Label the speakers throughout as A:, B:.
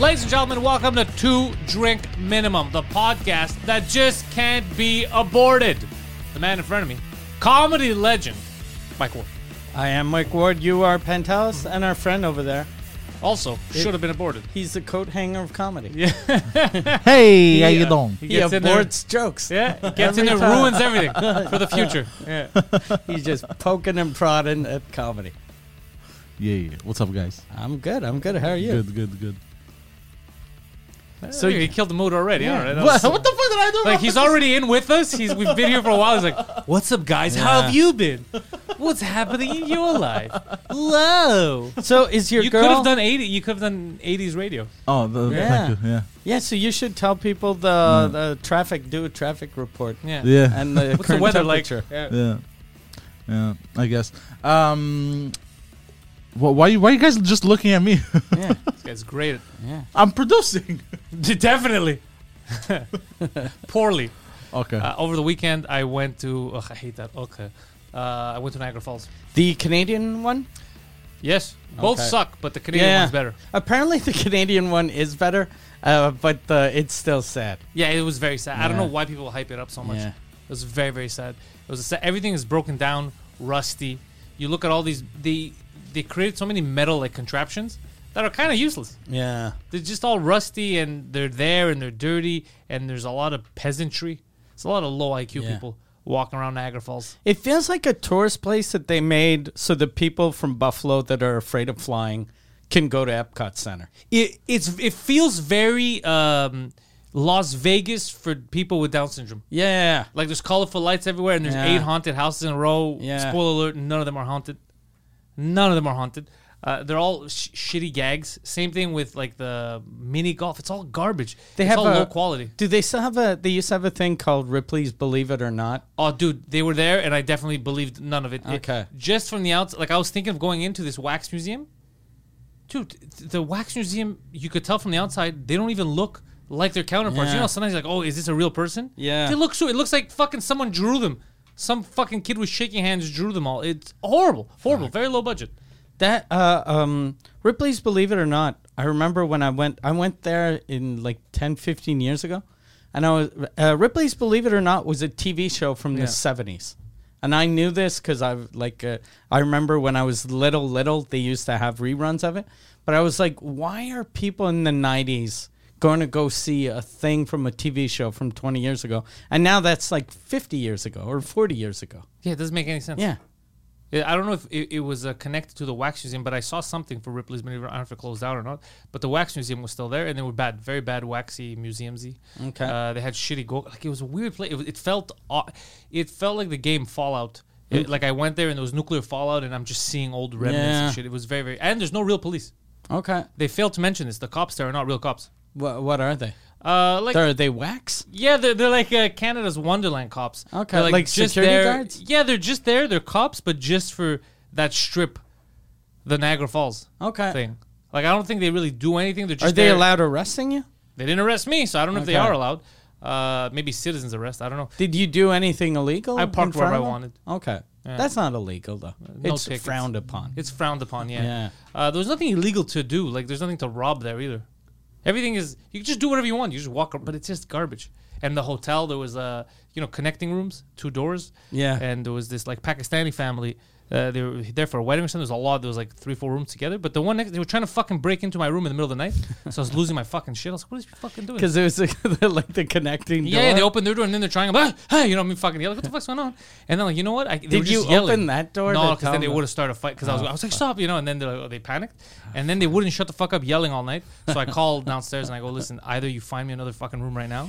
A: Ladies and gentlemen, welcome to Two Drink Minimum, the podcast that just can't be aborted. The man in front of me, comedy legend, Mike Ward.
B: I am Mike Ward. You are Penthouse and our friend over there.
A: Also, should have been aborted.
B: He's the coat hanger of comedy. Yeah,
C: Hey, how you doing?
A: He
B: he
A: gets in there,
B: aborts jokes.
A: yeah, he gets in there, ruins everything for the future. Yeah.
B: He's just poking and prodding at comedy.
C: Yeah, yeah. What's up, guys?
B: I'm good. I'm good. How are you?
C: Good, good, good.
A: So you killed the mood already. All right, that
C: What,
A: was-
C: what the fuck did I do?
A: Like he's already in with us. He's we've been here for a while. He's like, "What's up, guys? How have you been? What's happening in your life? Low.
B: So is your
A: You
B: girl?
A: could have done eighty. You could have done eighties radio.
C: oh, the,
B: Yeah.
C: thank you. Yeah,
B: yeah. So you should tell people the the traffic. Do a traffic report.
A: Yeah.
C: yeah,
B: And the
A: What's the
B: current
A: weather like?
B: temperature.
A: Yeah.
C: yeah, yeah. I guess. Um, wh- why you why you guys just looking at me?
B: Yeah.
A: This guy's great. at-
B: Yeah.
C: I'm producing.
A: Definitely. Poorly.
C: Okay.
A: Uh, over the weekend, I went to. Ugh, I hate that. Okay. Uh, I went to Niagara Falls.
B: The Canadian one.
A: Yes, both
B: Okay.
A: suck, but the Canadian one's better.
B: Apparently, the Canadian one is better, uh, but uh, it's still sad.
A: Yeah, it was very sad. I don't
B: Yeah.
A: know why people hype it up so much.
B: Yeah.
A: It was very very sad. It was a sa everything is broken down, rusty. You look at all these they they created so many metal like contraptions that are kind of useless.
B: Yeah.
A: They're just all rusty and they're there and they're dirty and there's a lot of peasantry. It's a lot of low IQ
B: Yeah.
A: people walking around Niagara Falls.
B: It feels like a tourist place that they made so the people from Buffalo that are afraid of flying can go to Epcot Center.
A: It it's it feels very um, Las Vegas for people with Down syndrome.
B: Yeah.
A: Like there's colorful lights everywhere, and there's
B: Yeah.
A: eight haunted houses in a row.
B: Yeah.
A: Spoiler alert: none of them are haunted. None of them are haunted. Uh, they're all sh- shitty gags. Same thing with like the mini golf. It's all garbage.
B: They
A: it's
B: have
A: all
B: a-
A: low quality.
B: Do they still have a they used to have a thing called Ripley's Believe It or Not?
A: Oh, dude, they were there, and I definitely believed none of it. It-
B: Okay.
A: just from the outside, like I was thinking of going into this wax museum. Dude, th- the wax museum, you could tell from the outside, they don't even look like their counterparts. You
B: Yeah.
A: know, sometimes you're like, oh, is this a real person?
B: Yeah.
A: They look so, it looks like fucking someone drew them. Some fucking kid with shaking hands drew them all. It's horrible, horrible, very low budget.
B: That uh um Ripley's Believe It or Not. I remember when I went I went there in like 10 15 years ago. And I was uh, Ripley's Believe It or Not was a TV show from the
A: Yeah.
B: 70s. And I knew this cuz I like uh, I remember when I was little little they used to have reruns of it. But I was like why are people in the 90s going to go see a thing from a TV show from 20 years ago? And now that's like 50 years ago or 40 years ago.
A: Yeah, it doesn't make any sense.
B: Yeah.
A: Yeah, I don't know if it, it was uh, connected to the wax museum, but I saw something for Ripley's. Maybe I don't know if it closed down or not. But the wax museum was still there, and they were bad, very bad, waxy museumsy.
B: Okay.
A: Uh, they had shitty go. Like it was a weird place. It, was- it felt, aw- it felt like the game Fallout. It- like I went there and there was nuclear fallout, and I'm just seeing old remnants
B: Hmm. Yeah.
A: and shit. It was very, very, and there's no real police.
B: Okay.
A: They failed to mention this. The cops there are not real cops.
B: What what are they?
A: Uh, like
B: Are they wax?
A: yeah, they're, they're like uh, Canada's Wonderland cops.
B: Okay,
A: They're,
B: like security
A: there.
B: guards?
A: Yeah, they're just there. They're cops, but just for that strip, the Niagara Falls
B: Okay.
A: thing. Like I don't think they really do anything. They're
B: Are
A: just
B: they
A: there.
B: allowed arresting you?
A: They didn't arrest me, so I don't know if they
B: Okay.
A: are allowed. Uh, maybe citizens arrest. I don't know.
B: Did you do anything illegal?
A: I
B: in
A: parked wherever
B: front
A: I
B: of
A: wanted.
B: them? Okay, that's not illegal though.
A: No
B: it's
A: tickets.
B: frowned upon.
A: It's frowned upon. Yeah.
B: Yeah.
A: Uh, there's nothing illegal to do. Like there's nothing to rob there either. Everything is you can just do whatever you want. You just walk, ar- but it's just garbage. And the hotel there was uh you know connecting rooms, two doors.
B: Yeah.
A: And there was this like Pakistani family Uh, they were there for a wedding or something. There was a lot. There was like three, four rooms together. But the one next, they were trying to fucking break into my room in the middle of the night. so I was losing my fucking shit. I was like, "What is he fucking doing?"
B: Because it was like the, like the connecting
A: yeah,
B: door.
A: yeah, they opened their door and then they're trying. Like, hey, you know what I mean? Fucking yelling. What the fuck's going on? And then like, you know what? I, they
B: Did
A: were just
B: you
A: yelling.
B: open that door to
A: No, because then
B: tell
A: they
B: them?
A: would have started a fight. Because I was, I
B: Oh,
A: was like, stop, you know. And then they like, oh, they panicked, and then they wouldn't shut the fuck up, yelling all night. So I called downstairs and I go, listen, either you find me another fucking room right now,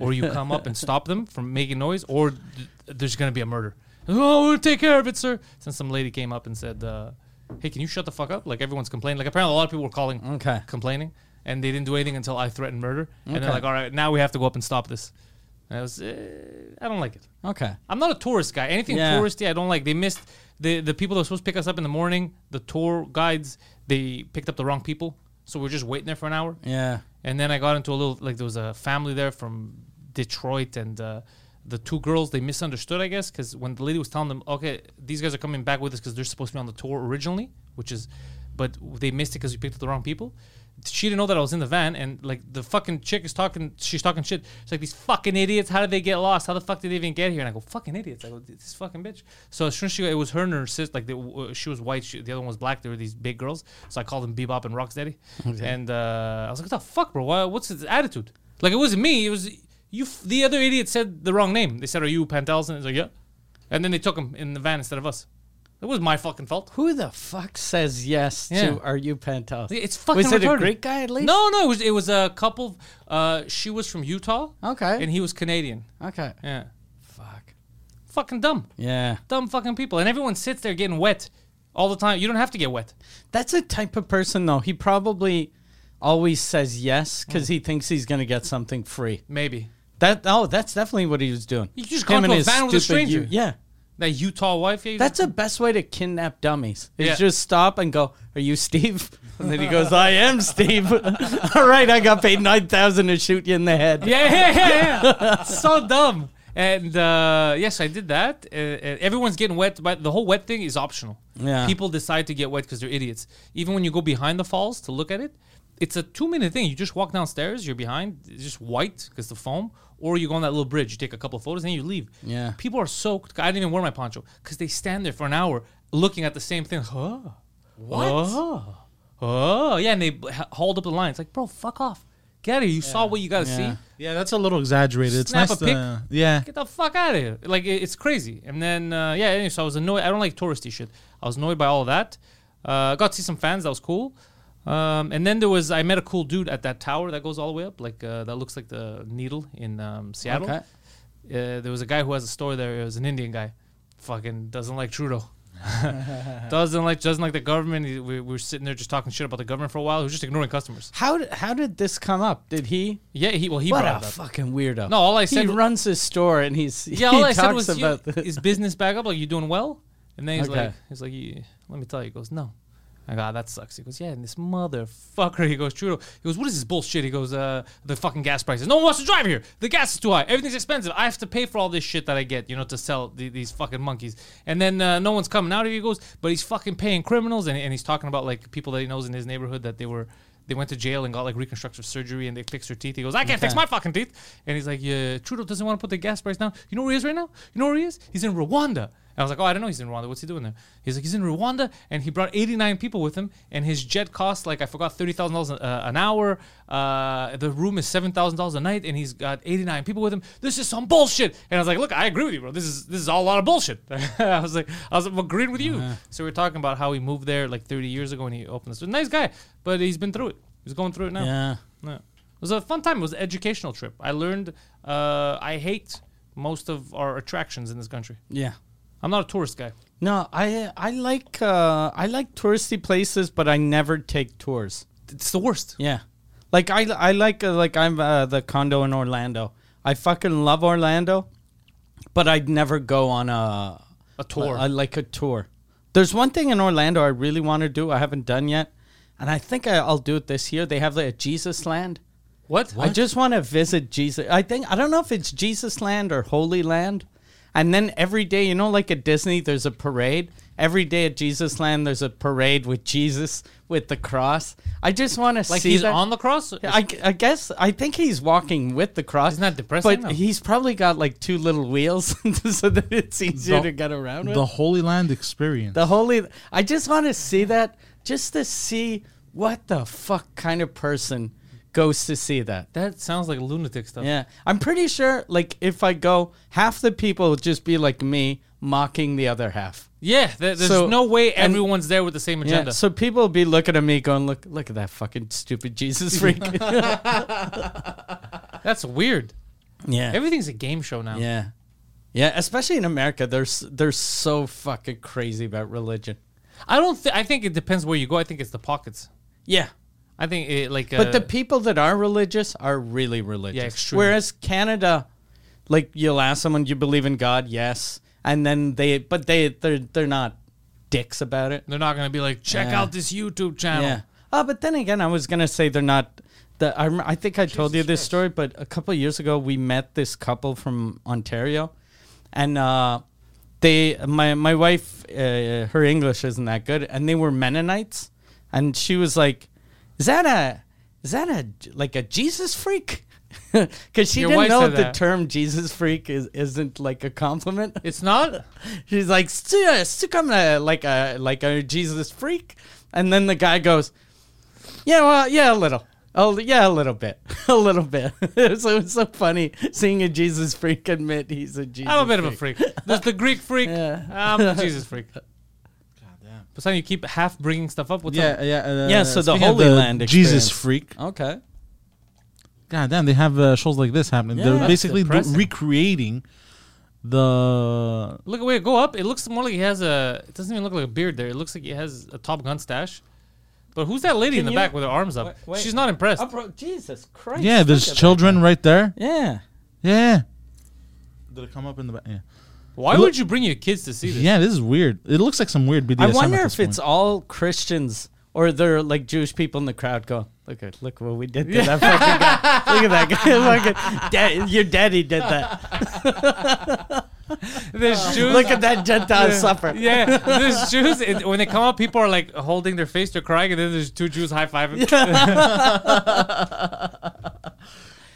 A: or you come up and stop them from making noise, or th- there's gonna be a murder. Oh, we'll take care of it, sir. Since some lady came up and said, uh, hey, can you shut the fuck up? Like everyone's complaining. Like apparently a lot of people were calling,
B: Okay.
A: complaining. And they didn't do anything until I threatened murder. And they're
B: Okay.
A: like, all right, now we have to go up and stop this. And I was, uh, I don't like it.
B: Okay.
A: I'm not a tourist guy. Anything
B: Yeah.
A: touristy, I don't like. They missed the the people that were supposed to pick us up in the morning. The tour guides they picked up the wrong people, so we are just waiting there for an hour.
B: Yeah.
A: And then I got into a little like there was a family there from Detroit, and uh, the two girls they misunderstood, I guess, because when the lady was telling them, okay, these guys are coming back with us because they're supposed to be on the tour originally, which is, but they missed it because we picked up the wrong people. She didn't know that I was in the van, and like the fucking chick is talking, she's talking shit. She's like, "These fucking idiots! How did they get lost? How the fuck did they even get here?" And I go, "Fucking idiots!" I go, "This fucking bitch." So as soon as she, it was her and her sister. Like, they, uh, she was white, she, the other one was black. They were these big girls, so I called them Bebop and Rocksteady, and uh, I was like, "What the fuck, bro? Why, what's his attitude?" Like, it wasn't me. It was you. f- The other idiot said the wrong name. They said, "Are you Pantelson?" And I was like, "Yeah," and then they took him in the van instead of us. It was my fucking fault.
B: Who the fuck says yes
A: Yeah.
B: to Are You Pentos?
A: It's fucking.
B: Was it
A: retarded.
B: a Greek guy at least?
A: No, no, it was it was a couple. Uh, she was from Utah.
B: Okay.
A: And he was Canadian.
B: Okay.
A: Yeah.
B: Fuck.
A: Fucking dumb,
B: Yeah.
A: dumb fucking people, and everyone sits there getting wet all the time. You don't have to get wet.
B: That's a type of person though. He probably always says yes because he thinks he's gonna get something free.
A: Maybe
B: That oh, that's definitely what he was doing.
A: You just
B: Him
A: gone to
B: and
A: a
B: his
A: van with a
B: stupid
A: stranger.
B: you- yeah.
A: that Utah wife. Yeah, you
B: That's the best way to kidnap dummies. Is
A: Yeah.
B: just stop and go, "Are you Steve?" And then he goes, "I am Steve." All right, I got paid nine thousand to shoot you in the head.
A: Yeah, yeah, yeah, yeah. so dumb. And uh, yes, I did that. Uh, uh, everyone's getting wet, but the whole wet thing is optional.
B: Yeah.
A: People decide to get wet because they're idiots. Even when you go behind the falls to look at it, it's a two minute thing. You just walk downstairs, you're behind, it's just white because the foam, or you go on that little bridge, you take a couple of photos, and then you leave.
B: Yeah.
A: People are soaked. I didn't even wear my poncho because they stand there for an hour looking at the same thing. Huh? What? Oh, oh, yeah. And they b- h- hauled up the line. It's like, bro, fuck off. Get out of here. You saw what you got to
B: Yeah.
A: see.
C: Yeah, that's a little exaggerated. It's
A: Snap
C: nice
A: a
C: to, yeah.
A: Get the fuck out of here. Like, it- it's crazy. And then, uh, yeah, anyway, so I was annoyed. I don't like touristy shit. I was annoyed by all that. Uh, got to see some fans. That was cool. Um, and then there was, I met a cool dude at that tower that goes all the way up, like, uh, that looks like the needle in um, Seattle.
B: Okay.
A: Uh, there was a guy who has a store there. It was an Indian guy. Fucking doesn't like Trudeau. doesn't like doesn't like the government. He- We, we were sitting there just talking shit about the government for a while. He was just ignoring customers.
B: How d- how did this come up? Did he?
A: Yeah, he well he
B: what
A: brought
B: a
A: it up.
B: fucking weirdo.
A: No, all I
B: he
A: said wa-
B: runs his store and he's
A: Yeah,
B: he
A: all I said
B: talks
A: was, you,
B: about this.
A: "Is business back up? Like you doing well?" And then he's
B: Okay.
A: like, "He's like, "Yeah, let me tell you." He goes, "No." I go, "Ah, "That sucks." He goes, "Yeah." And this motherfucker, he goes, "Trudeau." He goes, "What is this bullshit?" He goes, "Uh, the fucking gas prices. No one wants to drive here. The gas is too high. Everything's expensive. I have to pay for all this shit that I get, you know, to sell the, these fucking monkeys." And then uh, no one's coming out. He goes, "But he's fucking paying criminals," and, and he's talking about like people that he knows in his neighborhood that they were they went to jail and got like reconstructive surgery and they fixed their teeth. He goes, I can't fix my fucking teeth. And he's like, Yeah, Trudeau doesn't want to put the gas price down. You know where he is right now? You know where he is? He's in Rwanda. And I was like, Oh, I don't know he's in Rwanda. What's he doing there? He's like, He's in Rwanda and he brought 89 people with him and his jet costs like, I forgot, $30,000 uh, an hour. Uh, the room is $7,000 a night and he's got 89 people with him. This is some bullshit. And I was like, Look, I agree with you, bro. This is this is all a lot of bullshit. I was like, I was agreeing with you. So we are talking about how he moved there like 30 years ago and he opened this. Nice guy, but he's been through it. He's going through it now.
B: yeah.
A: Yeah. It was a fun time. It was an educational trip. I learned uh, I hate most of our attractions in this country.
B: Yeah.
A: I'm not a tourist guy.
B: No, I I like uh, I like touristy places, but I never take tours.
A: It's the worst.
B: Yeah, like I I like uh, like I'm uh, the condo in Orlando. I fucking love Orlando, but I'd never go on a
A: A tour.
B: I like a tour. There's one thing in Orlando I really want to do. I haven't done yet, and I think I, I'll do it this year. They have like a Jesus Land.
A: What?
B: I just want to visit Jesus. I think I don't know if it's Jesus Land or Holy Land. And then every day, you know, like at Disney, there's a parade, every day at Jesus Land, there's a parade with Jesus with the cross. I just want to
A: Like
B: see
A: he's
B: that.
A: on the cross.
B: I, I guess I think he's walking with the cross.
A: Isn't that depressing,
B: But
A: though?
B: he's probably got like two little wheels, so that it's easier to get around with.
C: The Holy Land experience.
B: The holy. I just want to see that, just to see what the fuck kind of person goes to see that.
A: that sounds like lunatic stuff.
B: Yeah, I'm pretty sure. Like, if I go, half the people will just be like me, mocking the other half.
A: Yeah, there, there's
B: So-
A: no way
B: and-
A: everyone's there with the same
B: Yeah.
A: agenda.
B: So people will be looking at me, going, "Look, look at that fucking stupid Jesus freak."
A: That's weird.
B: yeah.
A: Everything's a game show now.
B: yeah. Yeah. Especially in America, they're s- they're so fucking crazy about religion.
A: I don't. Th- I think it depends where you go. I think it's the pockets.
B: Yeah.
A: I think it, like. Uh,
B: But the people that are religious are really religious.
A: Yeah, extremely.
B: Whereas Canada, like you'll ask someone, "You believe in God?" Yes, and then they, but they, they're they're not dicks about it.
A: they're not gonna be like, check
B: Yeah.
A: out this YouTube channel.
B: Yeah. Oh, but then again, I was gonna say they're not. The I, rem- I think I told you this story, but a couple of years ago, we met this couple from Ontario, and uh, they my my wife uh, her English isn't that good, and they were Mennonites, and she was like, "Is that a is that a like a Jesus freak?" Because she
A: Your
B: didn't
A: wife
B: know
A: said
B: the
A: that.
B: term Jesus freak is, isn't like a compliment.
A: It's not.
B: She's like, "Stu- uh, Stu come to like a like a Jesus freak," and then the guy goes, "Yeah, well, yeah, a little, oh, yeah, a little bit, a little bit." so it's so funny seeing a Jesus freak admit he's a Jesus.
A: I'm a bit of a freak. There's the Greek freak. I'm the Jesus freak. But son, you keep half bringing stuff up. What's
C: yeah,
A: up?
C: yeah, uh,
B: Yeah, so the
C: speaking of
B: Holy Land
C: Jesus
B: experience.
C: freak.
B: okay.
C: God damn, they have uh, shows like this happening. They're
B: That's
C: basically do-
A: depressing.
C: recreating the
A: Look away. Go up. It looks more like he has a. It doesn't even look like a beard there. It looks like he has a Top Gun stash. But who's that lady in
B: Can
A: the
B: you-
A: back with her arms up?
B: Wait, wait.
A: She's not impressed.
B: Oh, bro, Jesus Christ!
C: yeah.
B: look
C: There's
B: at that.
C: children right there.
B: Yeah.
C: Yeah. Did it come up in the back? Yeah.
A: Why
C: Look-
A: would you bring your kids to see this?
C: Yeah, this is weird. It looks like some weird BDSM.
B: I
C: at
B: wonder
C: this
B: if it's
C: point.
B: all Christians or they're like Jewish people in the crowd go, look at look what we did to that fucking guy. Look at that guy. Look at, Dad- your daddy did that.
A: There's Jews.
B: Oh. Look at that Gentile suffer.
A: Yeah, there's Jews. It, when they come up, people are like holding their face, they're crying, and then there's two Jews high fiving.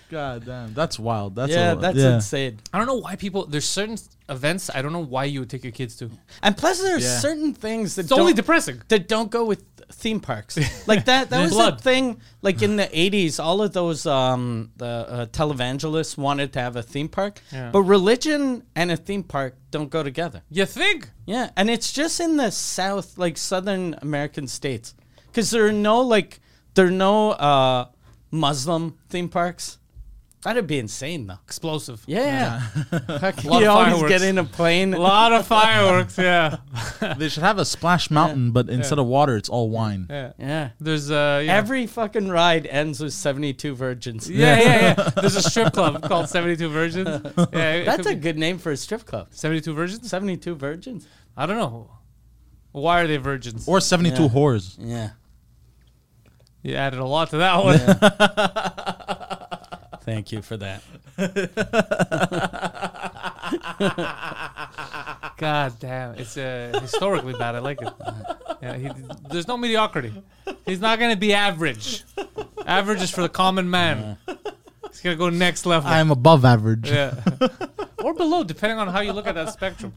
C: God damn, that's wild. That's
B: yeah,
C: a,
B: that's
C: yeah.
B: insane.
A: I don't know why people. There's certain events I don't know why you would take your kids to.
B: And plus, there's
C: Yeah.
B: certain things that
A: It's only
B: don't-
A: depressing.
B: that don't go with theme parks. Like that that was
A: Blood.
B: the thing like in the 80s all of those um the uh, televangelists wanted to have a theme park.
A: Yeah.
B: But religion and a theme park don't go together.
A: You think?
B: Yeah, and it's just in the South, like Southern American states, because there are no like there are no uh, Muslim theme parks. That'd be insane, though.
A: Explosive.
B: Yeah, Heck,
A: Lot
B: you
A: of
B: always
A: fireworks.
B: get in a plane.
A: A lot of fireworks. Yeah.
C: They should have a splash mountain, but instead of water, it's all wine.
A: Yeah.
B: yeah.
A: There's uh. Yeah.
B: Every fucking ride ends with seventy-two virgins.
A: yeah, yeah, yeah. There's a strip club called 72 Virgins. Yeah, it
B: that's
A: could
B: a
A: be-
B: good name for a strip club.
A: 72 Virgins.
B: Seventy-two virgins.
A: I don't know. Why are they virgins?
C: Or 72
B: Yeah.
C: whores.
B: Yeah,
A: you added a lot to that one.
B: thank you for that.
A: God damn, it's uh, historically bad. I like it. Yeah, he, there's no mediocrity. He's not gonna be average. Average is for the common man. He's gonna go next level.
C: I'm above average.
A: yeah, or below, depending on how you look at that spectrum.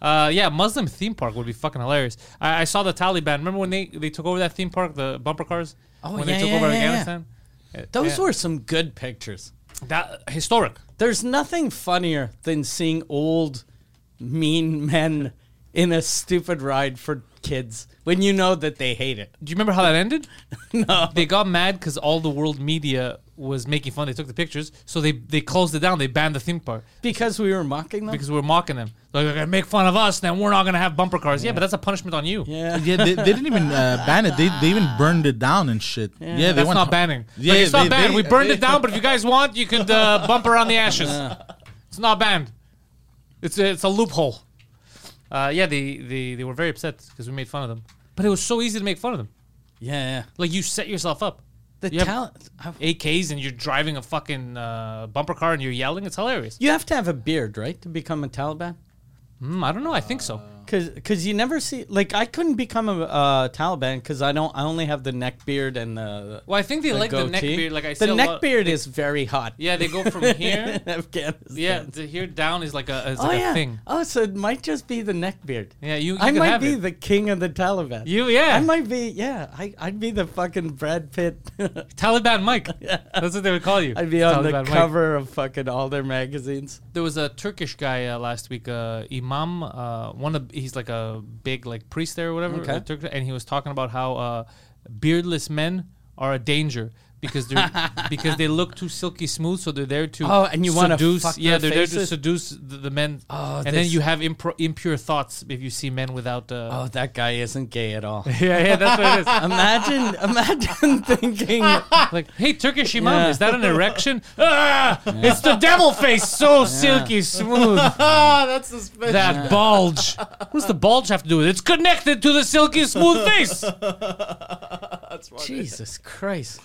A: Uh, yeah, Muslim theme park would be fucking hilarious. I, I saw the Taliban. Remember when they, they took over that theme park, the bumper cars?
B: Oh,
A: when
B: yeah,
A: they took
B: yeah,
A: over
B: yeah, yeah.
A: Afghanistan.
B: Those
A: Yeah.
B: were some good pictures.
A: That historic.
B: There's nothing funnier than seeing old mean men in a stupid ride for kids when you know that they hate it.
A: Do you remember how that ended?
B: No.
A: they got mad because all the world media was making fun. They took the pictures, so they they closed it down. They banned the theme park
B: Because we were mocking them?
A: because we were mocking them. Like, they're gonna make fun of us, then we're not gonna have bumper cars. Yeah, but that's a punishment on you.
B: yeah.
C: Yeah, they, they didn't even uh, ban it. They, they even burned it down and shit. Yeah, they
A: that's
C: went
A: not
C: h-
A: banning.
C: Yeah,
A: Yeah, it's not
C: they-
A: banned.
C: they-
A: we burned
C: they-
A: it down, but if you guys want, you could uh, bump around the ashes. It's not banned. It's a, it's a loophole. Uh, yeah, they, they they were very upset because we made fun of them. But it was so easy to make fun of them.
B: Yeah. yeah.
A: Like you set yourself up.
B: The
A: You have-
B: talent. I-
A: AKs and you're driving a fucking uh, bumper car and you're yelling. It's hilarious.
B: You have to have a beard, right, to become a Taliban?
A: Mm, I don't know. I think so.
B: Cause, cause you never see like I couldn't become a uh, Taliban because I don't I only have the neck beard and the
A: Well, I think they like the neck
B: goatee.
A: beard. Like I see
B: the
A: a
B: neck
A: lot-
B: beard is very hot.
A: Yeah, they go from here.
B: in Afghanistan.
A: yeah, to here down is like a is
B: oh
A: like
B: yeah.
A: a thing.
B: Oh, so it might just be the neck beard.
A: Yeah, you- you
B: I
A: could
B: might
A: have
B: be
A: it.
B: the king of the Taliban.
A: You yeah.
B: I might be yeah. I I'd be the fucking Brad Pitt.
A: Taliban Mike. That's what they would call you.
B: I'd be on
A: Taliban
B: the
A: Mike.
B: cover of fucking all their magazines.
A: There was a Turkish guy uh, last week, uh, Imam. Uh, one of he's like a big like priest there or whatever.
B: Okay.
A: uh, Turkish, and he was talking about how uh, beardless men are a danger because they're because they look too silky smooth, so they're there to
B: Oh, and you wanna
A: seduce-
B: fuck
A: yeah
B: their
A: they're there to
B: faces?
A: seduce the, the men.
B: Oh,
A: and then
B: this-
A: you have impro- impure thoughts if you see men without. Uh,
B: Oh, that guy isn't gay at all.
A: Yeah, yeah, that's what it is.
B: imagine imagine thinking
A: like, hey, Turkish Imam,
B: Yeah.
A: is that an erection? ah, it's the devil face, so silky smooth.
D: That's suspicious.
A: that bulge. What does the bulge have to do with it? It's connected to the silky smooth face.
B: Jesus Christ.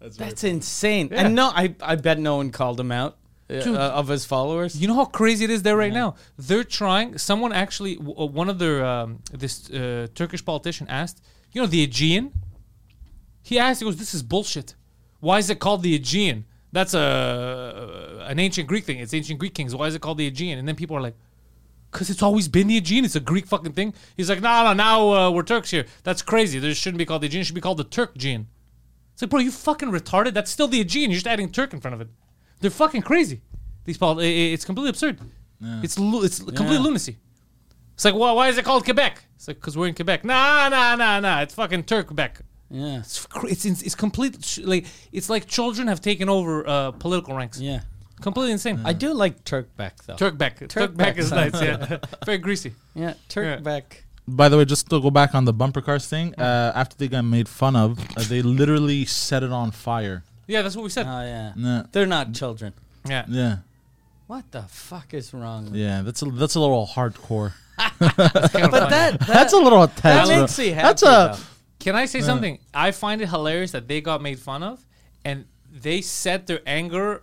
B: That's,
D: very
B: insane.
A: Yeah.
B: And no, I, I bet no one called him out uh,
A: Dude.
B: uh, of his followers.
A: You know how crazy it is there right now. They're trying. Someone actually, w- uh, one of their um, this uh, Turkish politician asked, you know, the Aegean. He asked, he goes, "This is bullshit. Why is it called the Aegean? That's a an ancient Greek thing. It's ancient Greek kings. Why is it called the Aegean?" And then people are like. Cause it's always been the Aegean. It's a Greek fucking thing. He's like, no, no, now uh, we're Turks here. That's crazy. This shouldn't be called the Aegean. It should be called the Turk Gene. It's like, bro, you fucking retarded. That's still the Aegean. You're just adding Turk in front of it. They're fucking crazy. These pol- i- i- It's completely absurd. It's lu- it's complete lunacy. It's like, why, why is it called Quebec? It's like, because we're in Quebec. Nah, nah, nah, nah. It's fucking Turk Quebec.
B: Yeah.
A: It's, cr- it's, ins- it's complete, sh- like, it's like children have taken over uh, political ranks.
B: Yeah.
A: Completely insane.
B: I do like Turkback though.
A: Turkback. Turkback
B: Turkback
A: is nice,
B: sounds
A: yeah. Very greasy.
B: yeah, Turkback.
C: By the way, just to go back on the bumper cars thing, uh, after they got made fun of, uh, they literally set it on fire.
A: Yeah, that's what we said.
B: Oh yeah.
C: Yeah.
B: They're not children.
A: yeah.
C: Yeah,
B: What the fuck is wrong? with-
C: yeah, that's a that's a little hardcore.
B: But that, that
C: That's a little attached. bro.
B: makes me happy.
C: That's a
B: though.
A: Can I say something? I find it hilarious that they got made fun of and they set their anger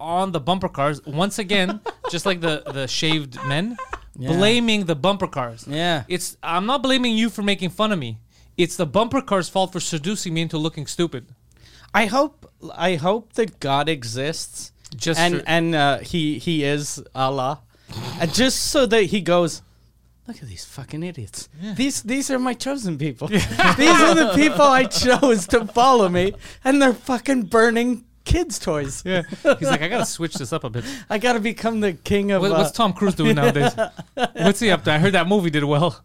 A: on the bumper cars once again, just like the, the shaved men, blaming the bumper cars.
B: Yeah.
A: It's I'm not blaming you for making fun of me. It's the bumper car's fault for seducing me into looking stupid.
B: I hope I hope that God exists.
A: Just
B: and
A: for-
B: and uh, he he is Allah, and just so that he goes. Look at these fucking idiots. These these are my chosen people. these are the people I chose to follow me, and they're fucking burning kids' toys.
A: Yeah. He's like, I gotta switch this up a bit.
B: I gotta become the king of.
A: What,
B: uh,
A: what's Tom Cruise doing nowadays? What's he up to? I heard that movie did well.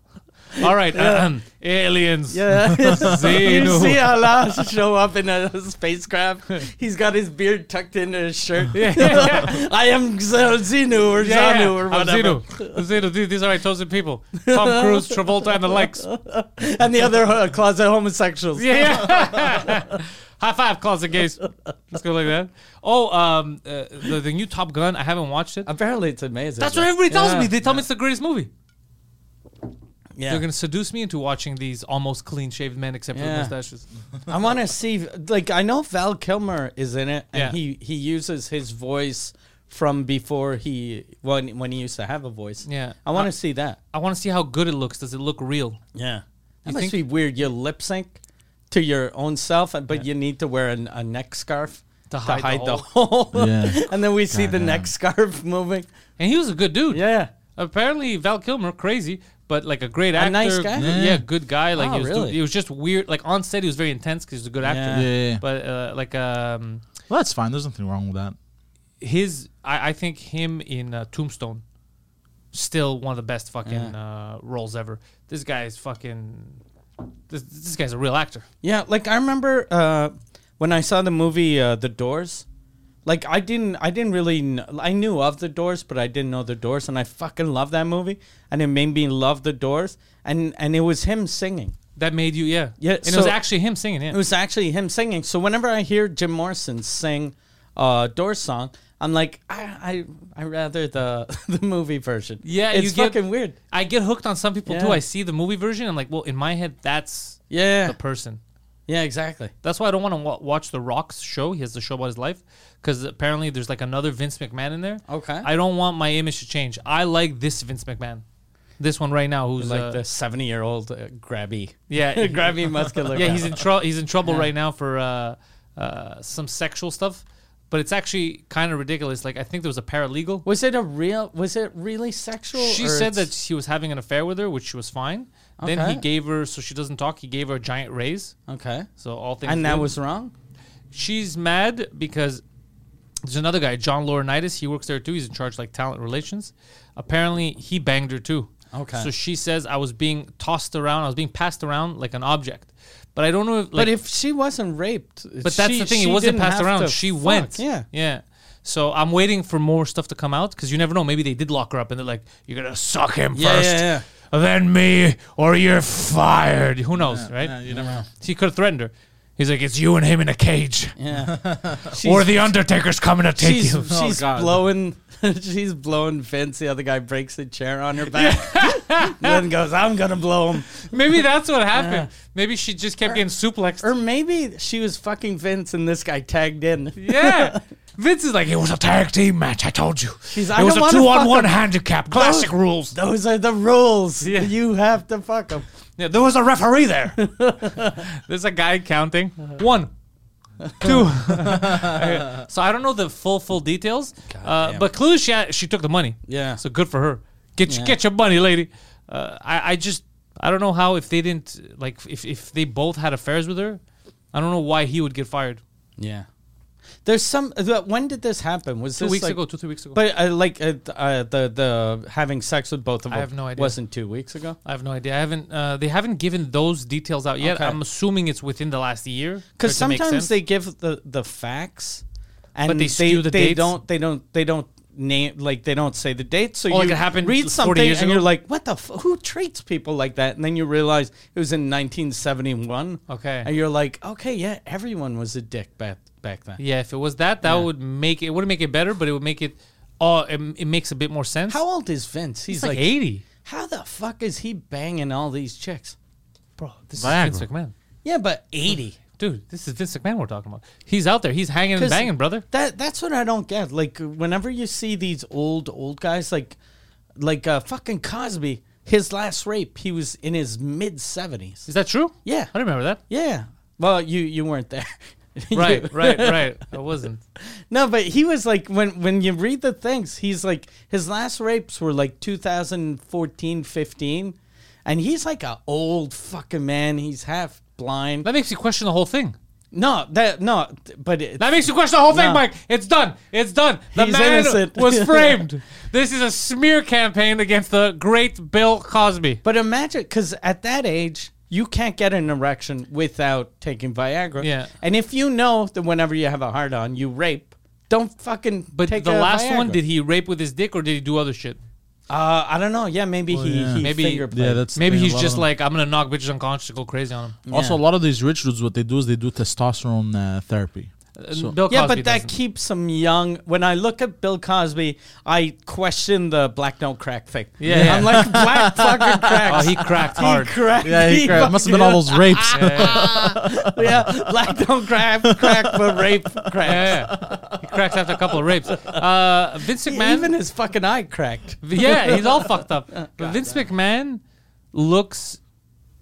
A: All right, ahem. aliens.
B: Yeah, you
A: Zeno.
B: see Allah show up in a spacecraft. He's got his beard tucked into his shirt. I am Zenu or
A: Yeah,
B: Zanu or
A: I'm
B: whatever.
A: Zeno. Zeno, these these are my chosen people. Tom Cruise, Travolta, and the likes. Yeah,
B: and the other uh, closet homosexuals.
A: yeah. High five, closet gays. Let's go like that. Oh, um, uh, the, the new Top Gun. I haven't watched it.
B: Apparently, it's amazing.
A: That's what everybody tells
B: Yeah.
A: me. They tell me it's the greatest movie.
B: Yeah.
A: They're gonna seduce me into watching these almost clean-shaved men, except for the
B: Yeah.
A: mustaches.
B: I want to see. Like, I know Val Kilmer is in it, and
A: Yeah.
B: he he uses his voice from before he when when he used to have a voice.
A: Yeah. Uh,
B: I want to see that.
A: I want to see how good it looks. Does it look real?
B: Yeah, that
A: You
B: must
A: think-
B: be weird. You lip sync to your own self, and- but you need to wear an, a neck scarf
A: To hide the
B: the hole.
C: Yeah.
B: and then we see the
C: Goddamn.
B: neck scarf moving.
A: And he was a good dude.
B: Yeah.
A: Apparently, Val Kilmer, crazy, but like a great actor.
B: nice guy?
A: good- Yeah. good guy. Like
B: Oh,
A: he was,
B: really?
A: he was just weird. Like on set, he was very intense because he was a good actor.
B: Yeah.
C: Yeah, yeah, yeah.
A: But uh, like um,
C: well, that's fine. There's nothing wrong with that.
A: his, I, I think him in uh, Tombstone, still one of the best fucking uh, roles ever. This guy is fucking. This, this guy's a real actor.
B: Yeah, like I remember uh, when I saw the movie uh, The Doors. Like I didn't, I didn't really, kn- I knew of The Doors, but I didn't know The Doors, and I fucking love that movie, and it made me love The Doors, and and it was him singing.
A: That made you, yeah,
B: Yeah,
A: And it was
B: so-
A: actually him singing. Yeah.
B: It was actually him singing. So whenever I hear Jim Morrison sing a Doors song, I'm like, I I, I rather the the movie version.
A: Yeah,
B: it's
A: you get-
B: fucking weird.
A: I get hooked on some people too.
B: Yeah.
A: I see the movie version. I'm like, well, in my head, that's
B: Yeah,
A: the person.
B: yeah, exactly.
A: That's why I don't want to wa- watch The Rock's show. He has the show about his life because apparently there's like another Vince McMahon in there.
B: Okay.
A: I don't want my image to change. I like this Vince McMahon. This one right now, who's
B: like
A: uh,
B: the seventy-year-old uh, grabby,
A: Yeah, he-
B: grabby muscular.
A: yeah,
B: guy.
A: he's in trouble. He's in trouble right now for uh, uh, some sexual stuff, but it's actually kind of ridiculous. Like I think there was a paralegal.
B: Was it a real? Was it really sexual?
A: She
B: or
A: said that
B: it's-
A: he was having an affair with her, which she was fine. Then he
B: Okay.
A: gave her, so she doesn't talk. He gave her a giant raise.
B: Okay.
A: So all things
B: And that
A: good.
B: was wrong.
A: she's mad because there's another guy, John Laurinaitis. He works there too. He's in charge of, like talent relations. Apparently, he banged her too.
B: Okay.
A: So she says I was being tossed around. I was being passed around like an object. But I don't know if. Like,
B: but if she wasn't raped,
A: But that's
B: she-
A: the thing; it
B: she
A: wasn't
B: didn't
A: passed
B: have
A: around.
B: to
A: She
B: fuck,
A: went.
B: Yeah.
A: yeah. So I'm waiting for more stuff to come out because you never know. Maybe they did lock her up, and they're like, "You're gonna suck him
B: Yeah,
A: first,
B: yeah,
A: then me, or you're fired." Who knows, right?
C: you never know.
A: He could have threatened her. He's like, "It's you and him in a cage,
B: Yeah.
A: or the Undertaker's coming to take
B: She's,
A: you." Oh,
B: she's
C: God.
B: blowing. she's blowing Vince. The other guy breaks a chair on her back. then goes, "I'm gonna blow him."
A: Maybe that's what happened. Maybe she just kept getting suplexed.
B: Or Erm- maybe she was fucking Vince, and this guy tagged in.
A: yeah. Vince is like, it was a tag team match. I told you.
B: She's-
A: it
B: I
A: was
B: don't
A: a
B: wanna
A: two on
B: fuck
A: one
B: him.
A: handicap. Classic rules.
B: Those are the rules.
A: Yeah.
B: You have to fuck him.
A: Yeah, there was a referee there. There's a guy counting one, two. Okay, so I don't know the full full details, uh,
B: damn.
A: but clearly she had, she took the money.
B: Yeah.
A: so good for her. Get your-
B: Yeah.
A: get your money, lady. Uh, I I just I don't know how if they didn't like if if they both had affairs with her, I don't know why he would get fired.
B: Yeah. There's some. th- When did this happen? Was
A: Two
B: this
A: weeks
B: like-
A: ago, two three weeks ago.
B: But uh, like uh, th- uh, the the having sex with both of them.
A: I have no idea.
B: Wasn't two weeks ago?
A: I have no idea. I haven't. Uh, they haven't given those details out yet.
B: Okay.
A: I'm assuming it's within the last year. for it
B: Because
A: to make sense.
B: sometimes they give the the facts, and
A: But they skew the
B: they
A: dates?
B: don't they don't they don't name like they don't say the date. So
A: Oh, like
B: you
A: it happened 40
B: read something
A: years
B: and
A: ago?
B: you're like, what the f- who treats people like that? And then you realize it was in 1971.
A: Okay.
B: and you're like, okay, yeah, everyone was a dick back back then.
A: Yeah, if it was that, that would make it. Wouldn't make it better, but it would make it. Oh, it, it makes a bit more sense.
B: How old is Vince? He's,
A: He's like, eighty,
B: how the fuck is he banging all these chicks?
A: bro. This
E: Viagra.
A: is Vince McMahon,
B: Yeah, but eighty.
A: dude. This is Vince McMahon we're talking about. He's out there. He's hanging and
B: 'Cause
A: banging, brother.
B: That that's what I don't get. Like whenever you see these old old guys, like like uh, fucking Cosby, his last rape, he was in his mid seventies.
A: Is that true?
B: Yeah.
A: I remember that.
B: Yeah. Well, you you weren't there. You-
A: Right, right, right. I wasn't.
B: No, but he was like when when you read the things, he's like his last rapes were like 2014, 15, and he's like a old fucking man. He's half blind.
A: That makes you question the whole thing.
B: No, that no, but it,
A: That makes you question the whole thing,
B: No.
A: Mike. It's done. It's done. The
B: He's
A: man
B: innocent.
A: was framed. this is a smear campaign against the great Bill Cosby.
B: But imagine, because at that age, you can't get an erection without taking Viagra.
A: Yeah.
B: And if you know that whenever you have a hard on, you rape, don't fucking.
A: But
B: take
A: the
B: a
A: last one,
B: Viagra.
A: did he rape with his dick or did he do other shit?
B: Uh, I don't know. Yeah, maybe he,
C: yeah.
B: he
A: Maybe-
B: finger
A: Oh, Yeah,
B: played.
C: Yeah, that's the
A: Maybe
C: thing, a
A: he's
C: lot
A: just
C: of-
A: like, I'm gonna knock bitches unconscious, go crazy on them.
C: Also,
B: Yeah.
C: a lot of these rich dudes, what they do is they do testosterone uh, therapy. So-
A: Bill Cosby
B: yeah, but that
A: doesn't.
B: keeps him young. When I look at Bill Cosby, I question the black don't crack thing.
A: Yeah, yeah.
B: I'm like black fucking cracks.
A: Oh, he cracked hard.
B: cracked.
C: Yeah, he, cra- must have been all those rapes.
B: fucking- yeah, black don't crack, crack, but rape crack.
A: yeah, yeah. he cracked after a couple of rapes. Uh, Vince McMahon,
B: Even Oh, his fucking eye cracked.
A: yeah, he's all fucked up. But Vince McMahon looks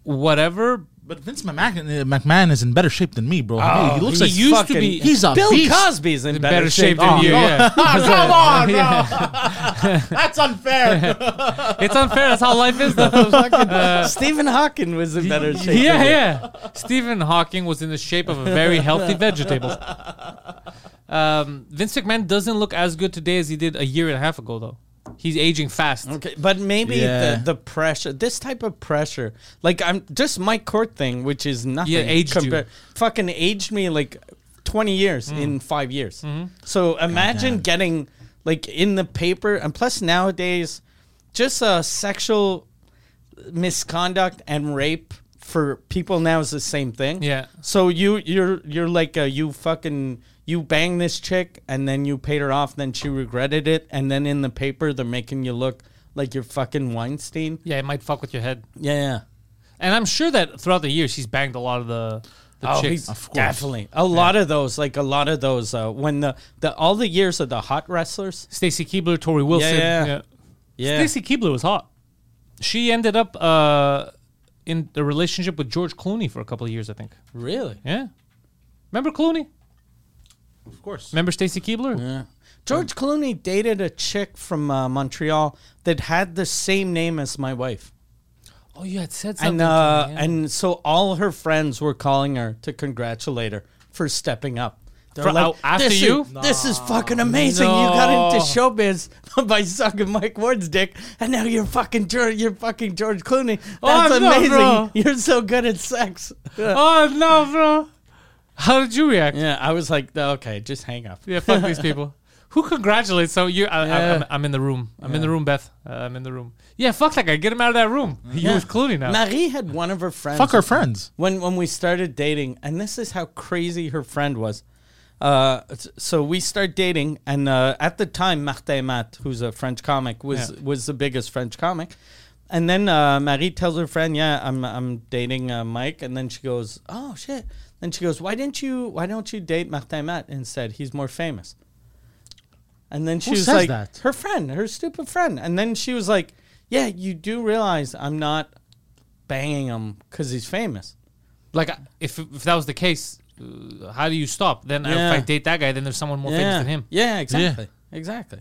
A: whatever.
C: But Vince McMahon, uh, McMahon is in better shape than me, bro. he, he looks
B: he
C: like
B: used to
C: fucking-
B: be-
C: He's a
B: Bill
C: beast.
B: Cosby's
A: Ah,
B: in,
A: In
B: better, shape,
A: than
B: Oh,
A: you.
B: no.
A: Yeah.
C: Come on, bro.
A: Yeah.
C: That's unfair.
A: It's unfair. That's how life is, though. Uh,
B: Stephen Hawking was in better shape.
A: yeah,
B: than you.
A: yeah. Stephen Hawking was in the shape of a very healthy vegetable. Um, Vince McMahon doesn't look as good today as he did a year and a half ago, though. He's aging fast.
B: Okay, but maybe
C: Yeah.
B: the, the pressure, this type of pressure, like I'm just my court thing, which is nothing.
A: Yeah, aged you. Mm.
B: fucking aged me like twenty years in five years.
A: Mm-hmm.
B: So imagine getting like in the paper, and plus nowadays, just uh, sexual misconduct and rape for people now is the same thing.
A: Yeah.
B: So you you're you're like uh, you fucking you bang this chick and then you paid her off, then she regretted it, and then in the paper they're making you look like you're fucking Weinstein.
A: Yeah, it might fuck with your head.
B: Yeah. yeah.
A: And I'm sure that throughout the years, he's banged a lot of the, the
B: Oh,
A: chicks.
B: he's definitely a lot of those, like a lot of those. Uh, when the, the all the years of the hot wrestlers,
A: Stacy Keebler, Tori Wilson.
B: yeah.
A: yeah.
B: yeah,
A: Stacy Keebler was hot. She ended up uh, in a relationship with George Clooney for a couple of years, I think.
B: Really?
A: Yeah. Remember Clooney?
C: Of course.
A: Remember Stacy Keebler?
B: Yeah. George Clooney dated a chick from uh, Montreal that had the same name as my wife.
A: Oh, you had said something.
B: And
A: to me,
B: uh,
A: yeah.
B: and so all her friends were calling her to congratulate her for stepping up. They're
A: For- oh, after
B: this
A: you?
B: is, this is fucking amazing. You got into showbiz by sucking Mike Ward's dick, and now you're fucking George, you're fucking George Clooney. That's
A: I'm not,
B: amazing.
A: bro.
B: You're so good at sex.
A: oh no, bro! How did you react? Yeah,
B: yeah, I was like, okay, just hang up.
A: fuck these people. Who congratulates? So you, I, I,
B: Yeah.
A: I'm, I'm in the room. I'm in the room, Beth. Uh, I'm in the room. Yeah, fuck that guy. Get him out of that room. You with Clooney now.
B: Marie had one of her friends.
C: Fuck our friends.
B: when when we started dating, and this is how crazy her friend was. Uh, s- so we start dating, and uh, at the time, Martin Matt, who's a French comic, was
A: Yeah.
B: was the biggest French comic. And then uh, Marie tells her friend, "Yeah, I'm I'm dating uh, Mike." And then she goes, "Oh shit!" Then she goes, "Why didn't you Why don't you date Martin Matt instead? He's more famous." And then she was
C: says
B: like,
C: that?
B: "Her friend, her stupid friend." And then she was like, "Yeah, you do realize I'm not banging him because he's famous."
A: Like, I- if if that was the case, uh, how do you stop? Then uh,
B: Yeah.
A: if I date that guy, then there's someone more famous than him.
B: Yeah, exactly. Exactly.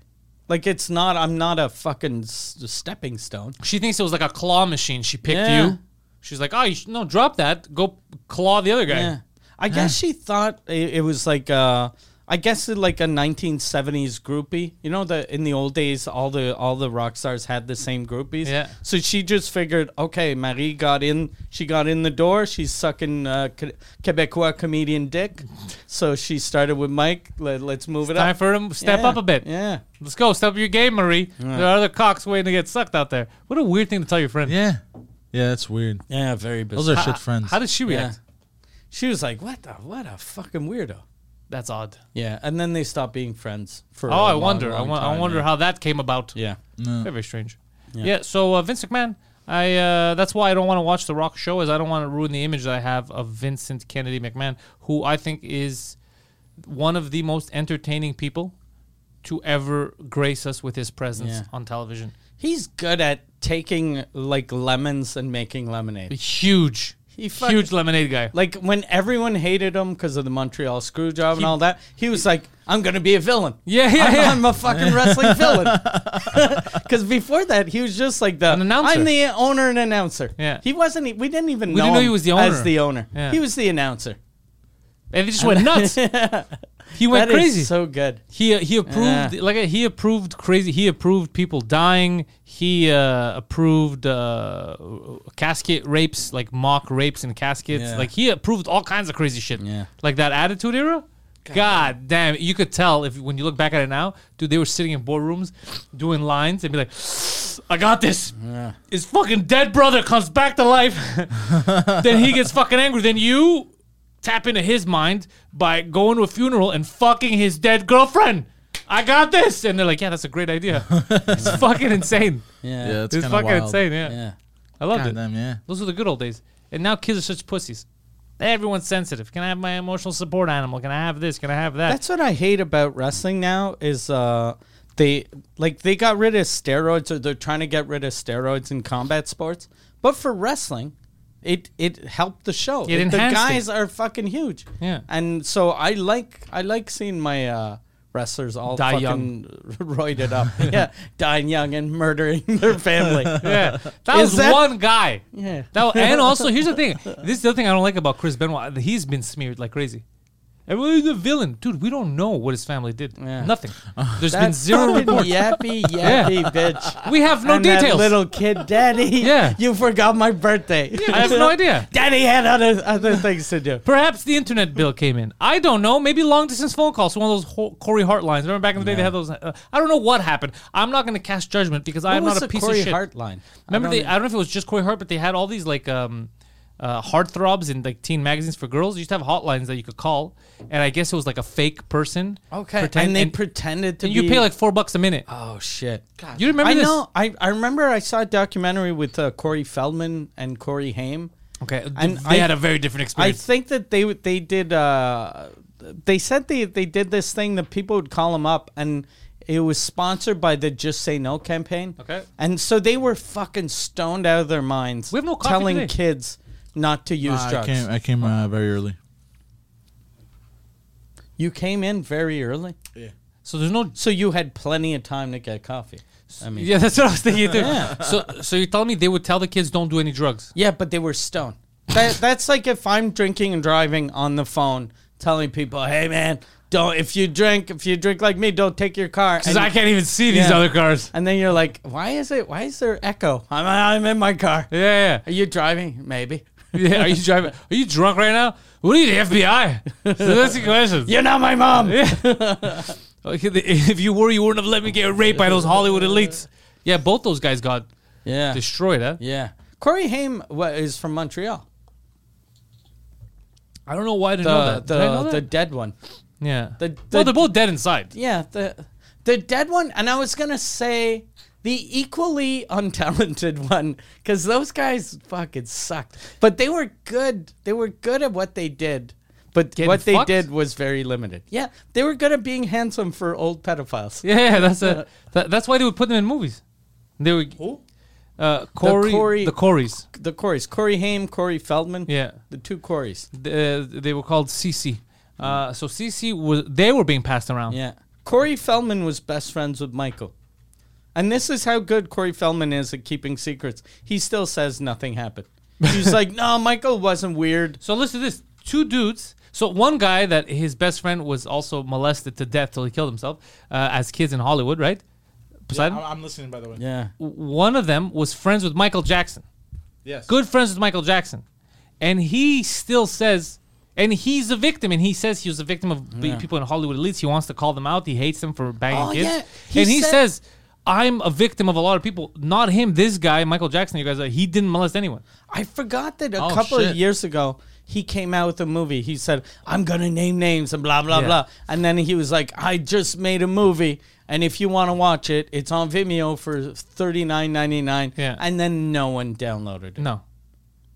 B: Like it's not. I'm not a fucking s- stepping stone.
A: She thinks it was like a claw machine. She picked
B: Yeah.
A: you. She's like, oh, you should, no, drop that. Go claw the other guy.
B: Yeah. I guess she thought it, it was like. Uh, I guess it like a 1970s groupie. You know that in the old days, all the all the rock stars had the same groupies.
A: Yeah.
B: So she just figured, okay, Marie got in. She got in the door. She's sucking uh, Qué- Quebecois comedian dick. so she started with Mike. Let, let's move it
A: Time
B: up.
A: for him to step
B: Yeah.
A: up a bit.
B: Yeah.
A: Let's go. Step up your game, Marie. There are other cocks waiting to get sucked out there. What a weird thing to tell your friend.
C: Yeah. Yeah, that's weird.
B: Yeah. Very.
C: Those are
B: bizarre.
C: shit friends.
A: How did she react?
B: She was like, "What the? What a fucking weirdo."
A: That's odd.
B: Yeah, and then they stopped being friends for.
A: Oh, I wonder. I, wa- I wonder how that came about.
B: Yeah.
A: Very, very strange. Yeah. so uh, Vince McMahon, I uh, that's why I don't want to watch The Rock show, is I don't want to ruin the image that I have of Vincent Kennedy McMahon, who I think is one of the most entertaining people to ever grace us with his presence
B: Yeah.
A: on television.
B: he's good at taking like lemons and making lemonade.
A: Huge,
B: He fuck-
A: huge lemonade guy.
B: Like when everyone hated him because of the Montreal screw job and all that, he was like, "I'm gonna be a villain."
A: Yeah, yeah,
B: I'm,
A: yeah.
B: I'm a fucking wrestling villain. Because before that, he was just like the
A: An announcer.
B: I'm the owner and announcer.
A: Yeah.
B: he wasn't. e- We didn't even
A: We
B: know,
A: didn't know
B: him
A: he was the owner.
B: as the owner.
A: Yeah.
B: He was the announcer.
A: And they just went nuts. he went
B: That is
A: crazy.
B: so good.
A: He uh, he approved
B: Yeah.
A: like he approved crazy. He approved people dying. He uh, approved uh, casket rapes, like mock rapes and caskets.
B: Yeah.
A: Like he approved all kinds of crazy shit.
B: Yeah.
A: Like that attitude era. God, damn, you could tell if when you look back at it now, dude. They were sitting in boardrooms, doing lines, and be like, "I got this." His fucking dead brother comes back to life. then he gets fucking angry. Then you tap into his mind by going to a funeral and fucking his dead girlfriend. I got this. And they're like, yeah, that's a great idea. it's fucking insane.
B: Yeah,
C: Yeah, it's
A: It's
C: kind of
A: fucking
C: wild.
A: insane. Yeah.
B: yeah.
A: I loved it.
C: Goddamn, yeah.
A: Those were the good old days. And now kids are such pussies. Everyone's sensitive. Can I have my emotional support animal? Can I have this? Can I have that?
B: That's what I hate about wrestling now is uh they like they got rid of steroids or they're trying to get rid of steroids in combat sports. But for wrestling, it it helped the show.
A: It
B: the
A: enhanced
B: guys
A: it.
B: are fucking huge.
A: Yeah.
B: And so I like I like seeing my uh wrestlers all
A: Die
B: fucking roided up. yeah. Dying young and murdering their family.
A: yeah. That was
B: Is that-
A: one guy.
B: Yeah.
A: That wa- and also, here's the thing. This is the other thing I don't like about Chris Benoit. He's been smeared like crazy. Everybody's a villain. Dude, we don't know what his family did.
B: Yeah.
A: Nothing. There's been
B: That
A: zero
B: fucking
A: reports.
B: yappy yappy bitch.
A: We have no
B: and
A: details.
B: That little kid, Daddy.
A: Yeah.
B: You forgot my birthday.
A: I have no idea.
B: Daddy had other other things to do.
A: Perhaps the internet bill came in. I don't know. Maybe long distance phone calls. One of those ho- Corey Hart lines. Remember back in the day they had those. Uh, I don't know what happened. I'm not going to cast judgment because I'm
B: What
A: not
B: was
A: a
B: the
A: piece
B: Corey
A: of shit.
B: Hart line? I
A: Remember,
B: don't e-,
A: they,
B: know.
A: I don't know if it was just Corey Hart, but they had all these like um, uh, heartthrobs in like teen magazines for girls. You used to have hotlines that you could call, and I guess it was like a fake person.
B: Okay,
A: pretend-
B: and they pretended to
A: and
B: be.
A: you pay like four bucks a minute.
B: Oh shit!
A: You remember
B: I
A: this?
B: know. I, I remember. I saw a documentary with uh, Corey Feldman and Corey Haim.
A: Okay,
B: And
A: they
B: I-
A: had a very different
B: I
A: experience.
B: think that they would- they did. Uh, they said they they did this thing that people would call him up and. It was sponsored by the Just Say No campaign.
A: Okay.
B: And so they were fucking stoned out of their minds.
A: We have no coffee
B: telling
A: today.
B: kids not to use
C: I
B: drugs.
C: came, I came uh, very early.
B: You came in very early,
A: So there's no.
B: so you had plenty of time to get coffee. I mean,
A: Yeah, that's what I was thinking too. So, so you're telling me they would tell the kids don't do any drugs?
B: Yeah, but they were stoned. That, that's like if I'm drinking and driving on the phone, telling people, "Hey, man, don't if you drink if you drink like me, don't take your car."
A: Because I can't even see these
B: Yeah.
A: other cars.
B: And then you're like, "Why is it? Why is there echo? I'm I'm in my car.
A: Yeah,
B: Are you driving? Maybe.
A: yeah. yeah. Are you driving? Are you drunk right now? What are you, the FBI? So that's the question.
B: You're not my mom.
A: Okay, the- If you were, you wouldn't have let me get raped by those Hollywood elites. Yeah, both those guys got
B: Yeah.
A: destroyed. Huh?
B: Yeah. Corey Haim wa- is from Montreal.
A: I don't know why I didn't know
B: The
A: that. Did I know
B: the
A: that?
B: the dead one.
A: yeah.
B: the-
A: well,
B: the-
A: they're both dead inside.
B: Yeah, the the dead one, and I was gonna say the equally untalented one, because those guys fucking sucked. But they were good. They were good at what they did. But
A: Getting
B: what
A: fucked?
B: they did was very limited. Yeah, they were good at being handsome for old pedophiles.
A: Yeah, yeah, that's a, that, that's why they would put them in movies. They were
B: Who?
A: uh, Corey, the,
B: Corey-
A: Coreys.
B: The Coreys, Corey Haim, Corey Feldman.
A: Yeah.
B: the two Coreys.
A: The- they were called CC. Uh, so CC was they were being passed around.
B: Yeah, Corey Feldman was best friends with Michael. And this is how good Corey Feldman is at keeping secrets. He still says nothing happened. He's like, no, Michael wasn't weird.
A: So listen to this: two dudes. So one guy that his best friend was also molested to death till he killed himself uh, as kids in Hollywood, right? Poseidon.
C: I'm listening, by the way.
B: Yeah.
A: one of them was friends with Michael Jackson.
C: Yes.
A: Good friends with Michael Jackson. And he still says, and he's a victim, and he says he was a victim of b- people in Hollywood elites. He wants to call them out. He hates them for banging
B: Oh,
A: kids.
B: yeah. He
A: and he
B: said-
A: says, I'm a victim of a lot of people. Not him, this guy, Michael Jackson, you guys, are, he didn't molest anyone.
B: I forgot that a
C: Oh,
B: couple
C: shit.
B: of years ago he came out with a movie. He said, "I'm gonna name names and blah blah
A: Yeah.
B: blah," and then he was like, "I just made a movie, and if you want to watch it, it's on Vimeo for thirty nine ninety nine.
A: Yeah.
B: and then no one downloaded it.
A: No.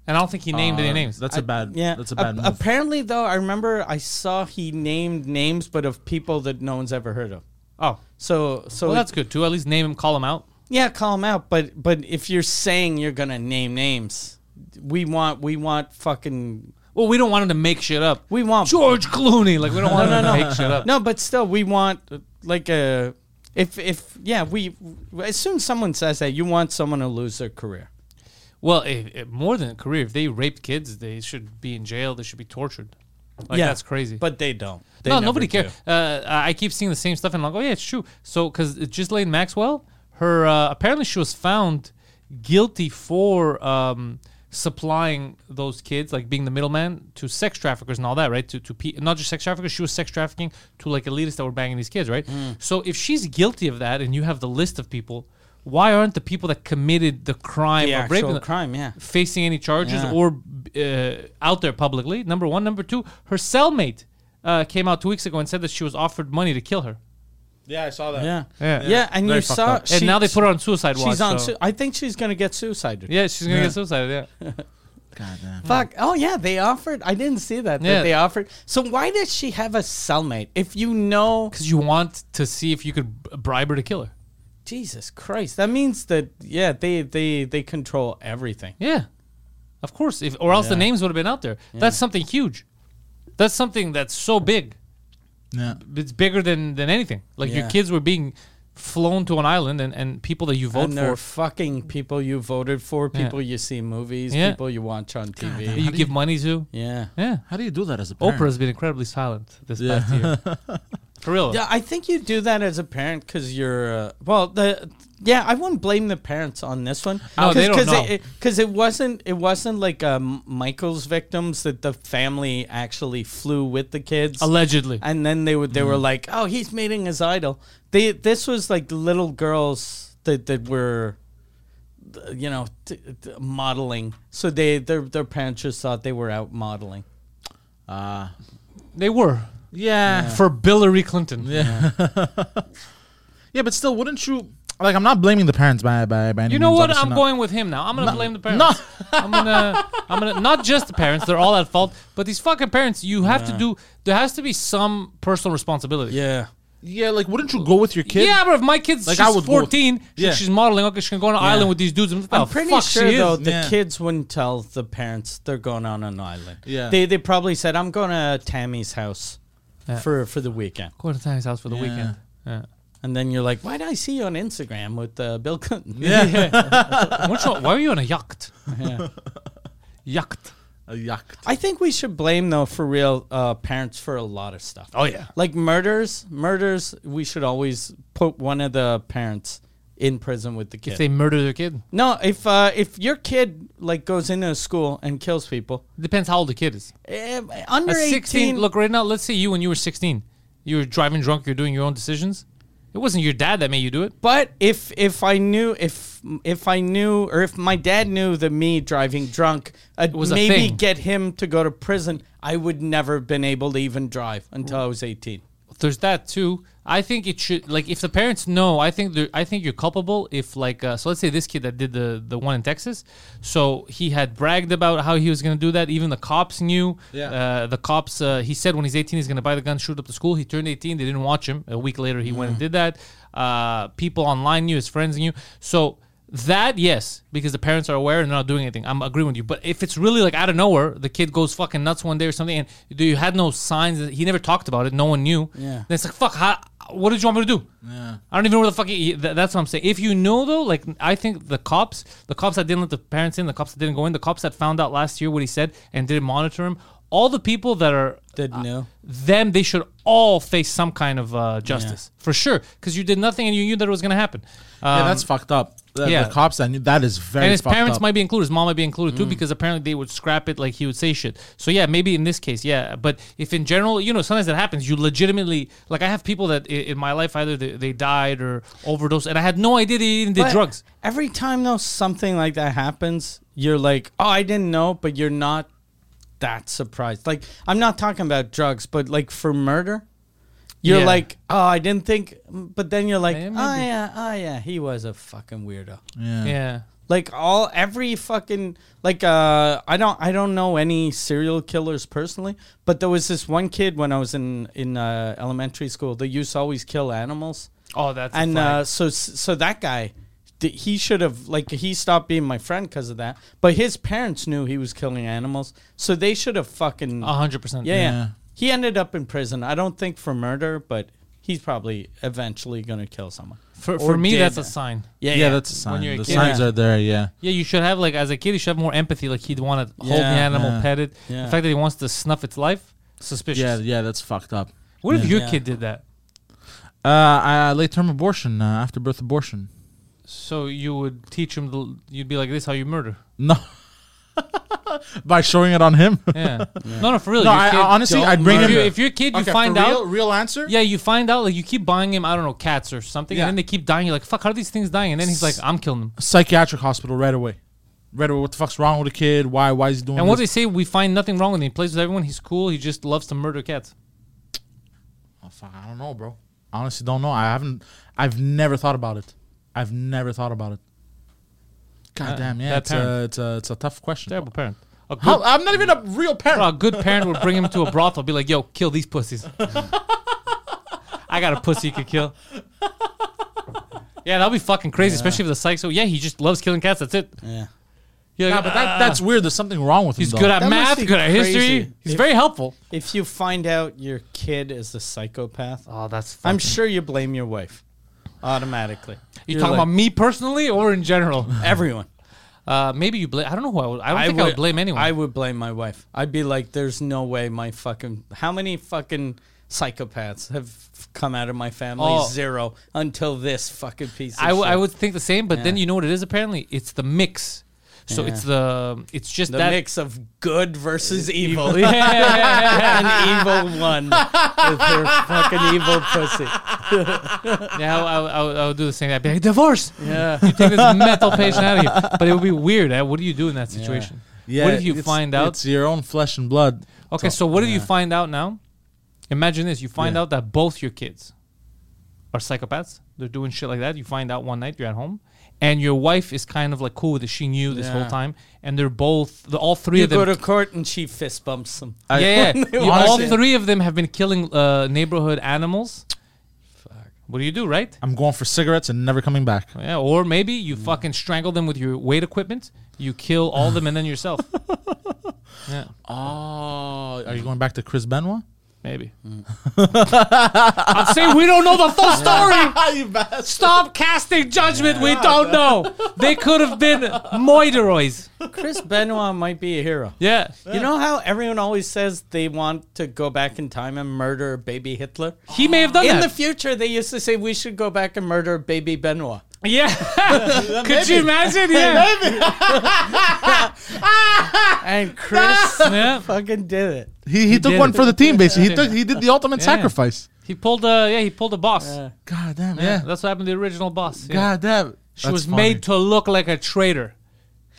A: And I don't think he named any names.
C: That's
B: I-
C: a bad.
B: yeah,
C: That's a bad.
B: Ap-
C: move.
B: Apparently, though, I remember I saw he named names, but of people that no one's ever heard of.
A: oh.
B: So, so
A: Well,
B: it-
A: that's good too. At least name him, call him out.
B: Yeah, call them out, but but if you're saying you're gonna name names, we want we want fucking
A: Well, we don't want him to make shit up.
B: we want
A: George Clooney. Like, we don't want
B: no,
A: him
B: no,
A: to
B: no.
A: make shit up.
B: No, but still, we want uh, like a if if yeah we as soon as someone says that you want someone to lose their career.
A: Well, i i more than a career, if they raped kids, they should be in jail. They should be tortured. Like that's crazy.
B: But they don't. They
A: no,
B: never
A: nobody
B: do.
A: cares. Uh, I I keep seeing the same stuff, and I'm like, oh yeah, it's true. So because Ghislaine Maxwell, her uh, apparently she was found guilty for um, supplying those kids, like being the middleman to sex traffickers and all that, right? To to pe- not just sex traffickers, she was sex trafficking to like elitists that were banging these kids, right?
B: Mm.
A: So if she's guilty of that, and you have the list of people. Why aren't the people that committed the crime
B: The
A: of raping
B: actual
A: them-
B: crime, yeah.
A: facing any charges
B: Yeah.
A: or uh, out there publicly. Number one, number two, her cellmate uh, came out two weeks ago and said that she was offered money to kill her,
C: Yeah, I saw that.
B: Yeah.
A: Yeah.
B: yeah, and
C: Very
B: you
C: fucked
B: saw
C: up.
A: and
B: she-
A: now they put her on suicide watch.
B: She's on.
A: so-
B: su- I think she's gonna get suicided.
A: yeah, she's gonna get suicided. Yeah,
C: God damn.
B: Fuck. Oh yeah, they offered. I didn't see that.
A: Yeah.
B: That they offered. So why does she have a cellmate? If you know,
A: because you want to see if you could b- bribe her to kill her.
B: Jesus Christ, that means that yeah, they they they control everything.
A: Yeah, of course. If or else the
B: Yeah.
A: names would have been out there. That's something huge. That's something that's so big.
C: Yeah.
A: It's bigger than than anything. Like your
B: Yeah.
A: kids were being flown to an island, and and people that you vote
B: and
A: for.
B: they're fucking people you voted for,
A: Yeah.
B: people you see in movies,
A: Yeah.
B: people you watch on TV.
A: that You give money to.
B: yeah.
A: Yeah.
C: How do you do that as a parent?
A: Oprah's been incredibly silent this past year. For real.
B: Yeah, I think you do that as a parent because you're uh, well. The yeah, I wouldn't blame the parents on this one.
A: No, they don't know.
B: Because it, wasn't it wasn't like um, Michael's victims that the family actually flew with the kids.
A: Allegedly.
B: and then they were they
C: Mm-hmm.
B: were like, "Oh, he's meeting his idol." They this was like little girls that that were, th- you know, t- t- modeling. So they their their parents just thought they were out modeling.
A: they were.
C: yeah.
A: For Hillary Clinton.
C: Yeah, but still, wouldn't you? Like, I'm not blaming the parents by by, by any
A: You know
C: means,
A: what?
C: obviously
A: I'm
C: not.
A: going with him now. I'm gonna blame the parents. I'm gonna I'm gonna not just the parents, they're all at fault. But these fucking parents, you have to do there has to be some personal responsibility.
B: Yeah.
C: yeah, like wouldn't you go with your kid?
A: Yeah, but if my kid's
C: Like,
A: she's
C: I would go with-
A: 14, she-
C: Yeah.
A: she's modeling. Okay, she can go on an
C: Yeah.
A: island with these dudes. I'm,
C: Oh,
B: I'm pretty sure though the
C: Yeah.
B: kids wouldn't tell the parents they're going on an island.
C: Yeah.
B: they they probably said I'm going to Tammy's house for for the weekend,
A: Going to Tiny's house for the weekend. Yeah.
B: and then you're like, why did I see you on Instagram with uh, Bill Clinton?
C: Yeah.
A: Weren't you- why were you on a yacht? Yacht.
C: A yacht.
B: I think we should blame though for real uh, parents for a lot of stuff.
A: Oh yeah.
B: like murders, murders. We should always put one of the parents in prison with the kid.
A: If they murder their kid,
B: no, if uh, if your kid like goes into a school and kills people,
A: depends how old the kid is.
B: eh, under
A: At 16,
B: eighteen,
A: look, right now, let's say you when you were 16, you were driving drunk, you're doing your own decisions. It wasn't your dad that made you do it.
B: But if if I knew if if I knew or if my dad knew that me driving drunk i
A: was a
B: maybe
A: thing.
B: get him to go to prison, I would never have been able to even drive until I was eighteen.
A: There's that too. I think it should like if the parents know. I think they're- I think you're culpable if like uh, so. Let's say this kid that did the the one in Texas. So he had bragged about how he was going to do that. Even the cops knew.
C: Yeah.
A: Uh, the cops. Uh, he said when he's 18, he's going to buy the gun, shoot up the school. He turned 18. They didn't watch him. A week later, he went and did that. Uh, people online knew. His friends knew. So that yes, because the parents are aware and they're not doing anything. I'm agreeing with you. But if it's really like out of nowhere, the kid goes fucking nuts one day or something, and you had no signs. That he never talked about it. No one knew.
B: Yeah.
A: Then it's like fuck. How, what did you want me to do? Yeah. I don't even know where the fuck. He, th- that's what I'm saying. If you know though, like I think the cops, the cops that didn't let the parents in, the cops that didn't go in, the cops that found out last year what he said and didn't monitor him, all the people that are
B: Didn't know.
A: them, they should all face some kind of uh, justice for sure. Because you did nothing and you knew that it was gonna happen. Um,
C: yeah, that's fucked up. The,
A: yeah.
C: the cops. I knew that is very.
A: and his
C: fucked
A: parents
C: up.
A: might be included. His mom might be included
B: Mm.
A: too, because apparently they would scrap it. Like he would say shit. So yeah, maybe in this case, yeah. But if in general, you know, sometimes that happens. You legitimately like I have people that i- in my life either they, they died or overdosed, and I had no idea they even did
B: But
A: drugs.
B: Every time though something like that happens, you're like, oh, I didn't know, but you're not that surprised. Like I'm not talking about drugs, but like for murder. You're
A: Yeah.
B: like, oh, I didn't think, but then you're like,
A: Yeah, maybe.
B: oh yeah, oh yeah, he was a fucking weirdo.
C: Yeah.
A: Yeah.
B: Like all every fucking like uh I don't I don't know any serial killers personally, but there was this one kid when I was in in uh, elementary school. They used to always kill animals,
A: Oh, that's
B: and
A: a flag.
B: uh, so so that guy, th- he should have like he stopped being my friend because of that. But his parents knew he was killing animals, so they should have fucking
A: A hundred percent.
B: yeah, yeah.
C: Yeah.
B: He ended up in prison. I don't think for murder, but he's probably eventually gonna kill someone.
A: For,
B: Or
A: for me,
B: did.
A: that's a sign.
B: yeah,
C: Yeah, that's a sign.
A: you're a
C: The
A: kid.
C: signs
B: Yeah.
C: are there. Yeah.
A: Yeah, you should have like as a kid, you should have more empathy. Like he'd want to hold the
B: Yeah.
A: animal,
C: Yeah.
A: pet it.
B: Yeah.
A: The fact that he wants to snuff its life, suspicious.
C: Yeah. Yeah. That's fucked up.
A: What if
C: Yeah.
A: your
B: Yeah.
A: kid did that?
C: Uh, I, late term abortion, uh, after birth abortion.
A: So you would teach him. The, you'd be like, "This is how you murder."
C: No. By showing it on him.
A: Yeah. No, no, for real.
C: No,
A: your
C: I,
A: kid-
C: honestly,
B: don't
C: I'd bring
A: if,
C: him.
A: you, if your kid, you
C: Okay,
A: find
C: for
A: out.
C: real, real answer.
A: Yeah, you find out like you keep buying him. I don't know, cats or something,
C: Yeah.
A: and then they keep dying. You're like, "Fuck, how are these things dying?" And then he's like, "I'm killing them."
C: Psychiatric hospital right away. Right away. What the fuck's wrong with the kid? Why? Why is he doing?
A: And what they
C: this?
A: say, we find nothing wrong with him. He plays with everyone. He's cool. He just loves to murder cats.
C: Oh, fuck, I don't know, bro. I honestly don't know. I haven't. I've never thought about it. I've never thought about it. God
A: Uh,
C: damn, yeah,
A: bad
C: it's a,
A: parent.
C: it's a it's a tough question.
A: Terrible parent. A good,
C: How, I'm not even a real parent.
A: a good parent would bring him to a brothel. Be like, "Yo, kill these pussies." I got a pussy you could kill. Yeah, that'd be fucking crazy, especially if the psycho. Yeah, he just loves killing cats. That's it.
B: yeah.
A: You're
C: Nah,
A: like,
C: but
A: "Ah."
C: that, that's weird. There's something wrong with him.
A: He's
C: though.
A: good at
B: That must
A: math,
B: be
A: good at
B: crazy.
A: history. He's
B: If-
A: very helpful.
B: If you find out your kid is a psychopath,
A: Oh, that's.
B: I'm sure you blame your wife automatically.
A: You talking about me personally or in general?
B: everyone?
A: Uh, maybe you blame. I don't know who I would. I don't think I would blame anyone.
B: I would blame my wife. I'd be like, "There's no way my fucking how many fucking psychopaths have come out of my family?
A: Oh.
B: Zero until this fucking piece. Of
A: I, w-
B: shit.
A: I would think the same, but then
B: Yeah.
A: you know what it is. Apparently, it's the mix. So
B: Yeah.
A: it's the. It's just
B: the
A: that
B: mix of good versus evil.
A: evil. yeah, yeah, yeah, yeah,
B: An evil one with her fucking evil pussy.
A: yeah. yeah I, I, I, would- I would do the same. I'd be like, divorce. Yeah, you take this mental patient out of here. But it would be weird. Eh? What do you do in that situation?
C: Yeah,
A: what if you
C: it's-
A: find out?
C: It's your own flesh and blood.
A: Okay, so, what if you find out now? Imagine this: you find out that both your kids are psychopaths. They're doing shit like that. You find out one night you're at home, and your wife is kind of like cool with it. She knew this whole
B: Yeah.
A: time, and they're both the all three
B: You
A: of them.
B: go to court and she fist bumps them.
A: yeah, yeah.
B: They
A: You- all
C: honestly-
A: three of them have been killing uh, neighborhood animals. What do you do, right?
C: I'm going for cigarettes and never coming back.
A: Yeah, or maybe you fucking strangle them with your weight equipment. You kill all of them and then yourself. yeah,
C: Oh, are you going back to Chris Benoit?
A: maybe. I'm saying we don't know the full story.
C: you bastard.
A: Stop casting judgment. We don't know. They could have been moideroids.
B: Chris Benoit might be a hero.
A: Yeah.
B: You know how everyone always says they want to go back in time and murder baby Hitler?
A: He may have done
B: In
A: that.
B: the future, they used to say we should go back and murder baby Benoit.
A: yeah. could you imagine? Yeah.
B: And Chris
A: yeah.
B: fucking did it.
C: He, he took
A: did
C: one
A: it.
C: for the team, basically. He took he did the ultimate sacrifice.
A: He pulled a yeah. He pulled a boss.
C: God damn, yeah.
A: That's what happened to the original boss. Yeah.
C: God damn.
A: She was made to look like a traitor.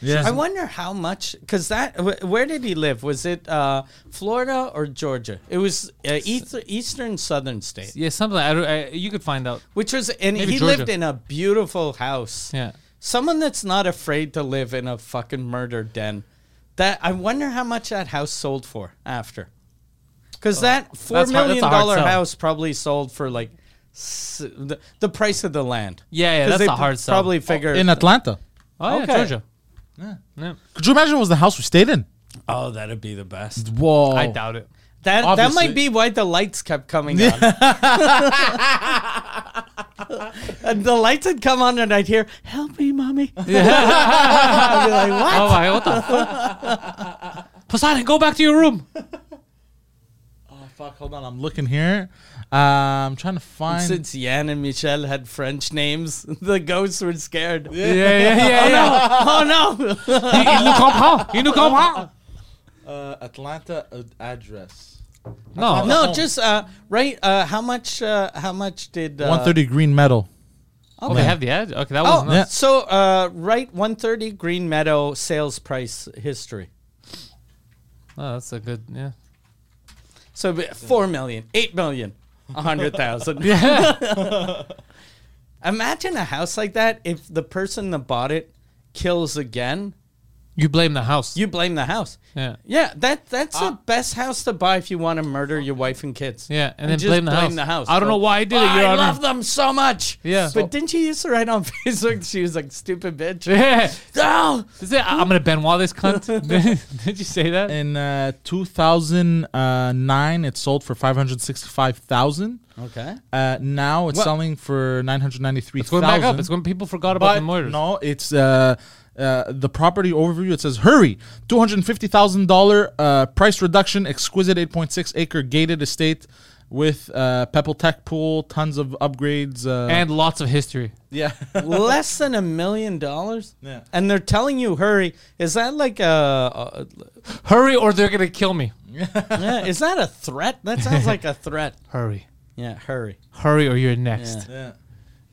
B: I
C: Yeah.
B: wonder how much, because that, wh- where did he live? Was it uh, Florida or Georgia? It was uh, east, eastern southern state,
A: Yeah, something. Like, I, don't- I, you could find out.
B: which was, and
A: Maybe
B: he
A: Georgia.
B: lived in a beautiful house.
A: Yeah.
B: Someone that's not afraid to live in a fucking murder den. That I wonder how much that house sold for after. Because that
A: Oh,
B: four
A: that's hard- that's
B: million
A: a hard
B: dollar
A: sell.
B: house probably sold for like s- the, the price of the land.
A: Yeah, yeah,
B: 'Cause
A: that's
B: they
A: a
B: pr-
A: hard sell.
B: Probably figured.
C: In Atlanta.
A: Oh,
B: Okay.
A: yeah, Georgia.
C: Could you imagine it was the house we stayed in?
B: oh, that'd be the best.
C: Whoa.
A: I doubt it.
B: That that
C: Obviously.
B: might be why the lights kept coming on. and the lights would come on, and I'd hear "Help me, mommy." I'd be like, "What?"
A: Oh my, what the fuck? Poseidon, go back to your room.
C: Oh, fuck, hold on. I'm looking here. Uh, I'm trying to find.
B: Since Yann and Michel had French names, the ghosts were scared.
A: Yeah, yeah, yeah, yeah.
B: Oh no!
A: Il il nous comprend. Il nous comprend.
C: uh, Atlanta uh, address.
A: No,
B: no, just uh, right. Uh, how much? Uh, how much did? Uh,
C: 130 Green Metal.
A: Oh, they have the edge. Okay, that
B: Oh,
A: wasn't.
C: Yeah.
B: so uh, right, one thirty Green Meadow sales price history.
A: Oh, that's a good. Yeah.
B: So be- four million, eight million, a hundred thousand. Imagine a house like that. If the person that bought it kills again,
A: You blame the house.
B: you blame the house.
A: Yeah. Uh,
B: yeah. That that's the best house to buy if you want to murder your wife and kids.
A: Yeah, and then blame the house. I don't
B: Go,
A: know why I did it,
B: "Oh,
A: Your
B: I
A: Honor."
B: love them so much.
A: Yeah.
B: but didn't you used to write on Facebook? She was like, "Stupid bitch."
A: Yeah.
B: No.
A: Is it, I'm gonna Benoit this cunt. Did you say that?
C: In uh, 2009, it sold for 565,000.
B: Okay.
C: Uh, now it's
B: What?
C: selling for 993,000.
A: It's going back up. It's when people forgot about
C: But
A: the murders.
C: no, it's uh, uh, the property overview. It says, "Hurry! Two hundred fifty thousand dollar uh, price reduction. Exquisite eight point six acre gated estate with uh, Pebble Tech pool, tons of upgrades, uh,
A: And lots of history.
C: yeah,
B: less than a million dollars
C: Yeah.
B: and they're telling you hurry is that like a,
A: Hurry, or they're gonna kill me.
B: a yeah, is that a threat that sounds like a threat
A: Hurry,
B: yeah hurry
A: hurry, or you're next. Yeah.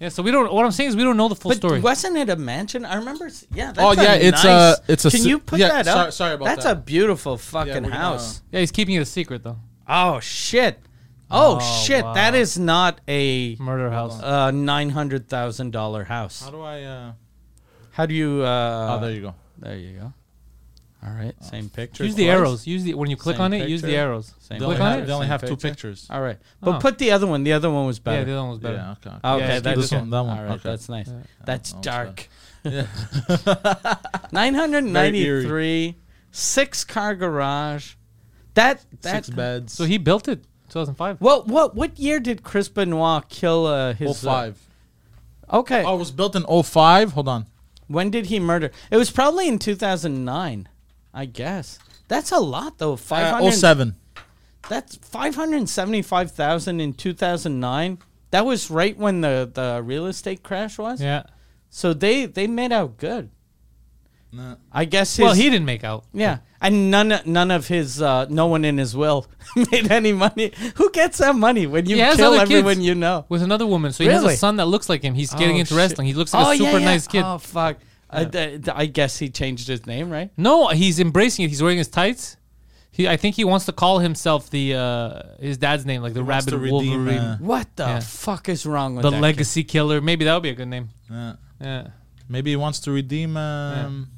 C: yeah.
A: so we don't. What I'm saying is we don't know the full
B: but
A: story.
B: wasn't it a mansion i remember s- yeah that's
C: Oh, yeah,
B: a
C: it's
B: nice-
C: a- it's a
B: can
C: si-
B: you put
C: yeah,
B: that
C: sorry-
B: up
C: sorry about
B: that's
C: that.
B: a beautiful fucking
C: we're gonna-
B: house
A: Yeah, he's keeping it a secret though.
B: oh shit oh, shit
A: wow.
B: that is not a
A: Murder house.
B: uh, nine hundred thousand dollar house.
C: How do I? Uh,
B: How do you? Uh,
C: oh, there you go. Oh,
B: There you go. All right, same picture.
A: Use the
B: twice.
A: arrows. Use the when you click
B: Same
A: on it. Use the
B: picture.
A: arrows.
B: Same
C: They
A: click
C: only,
B: picture.
A: on it.
C: have, they only
B: Same
C: have two
B: picture.
C: pictures.
B: All right, but
A: Oh.
B: put the other one. The other one was better.
A: Yeah, the other one was better.
C: Yeah, okay. okay.
B: Okay,
A: Yeah, just
B: that's
A: keep this
B: okay.
C: one, that one,
B: All right,
C: okay. Oh,
B: that's nice. That's
C: one's
B: dark. Nine hundred
C: Very
B: ninety-three, six-car garage. That that.
C: Six beds.
A: So he built it. 2005.
B: What what what year did Chris Benoit kill uh, his?
C: oh
B: uh,
C: five.
B: okay.
C: oh, it was built in oh five. Hold on.
B: When did he murder? It was probably in two thousand nine, I guess. That's a lot though. Five
C: Uh,
B: hundred.
C: oh seven.
B: That's five hundred seventy-five thousand in two thousand nine. That was right when the the real estate crash was.
A: Yeah.
B: So they they made out good.
C: Nah.
B: I guess. His,
A: Well, he didn't make out.
B: Yeah, and none none of his uh, no one in his will made any money. Who gets that money when you
A: He has
B: kill
A: other
B: everyone
A: kids.
B: you know?
A: With another woman, so he has
B: Really?
A: a son that looks like him. He's getting
B: Oh,
A: into
B: shit.
A: wrestling. He looks like
B: Oh,
A: a
B: yeah,
A: super
B: yeah.
A: nice kid.
B: Oh fuck! I, th- th- I guess he changed his name, right?
A: No, he's embracing it. He's wearing his tights. He, I think he wants to call himself the uh, his dad's name, like the
C: wants
A: Rabbit
C: to redeem,
A: Wolverine,
C: uh,
B: What the
A: Yeah.
B: fuck is wrong with
A: the
B: that
A: Legacy Killer. Maybe that would be a good name.
C: Yeah.
A: Yeah,
C: Maybe he wants to redeem um,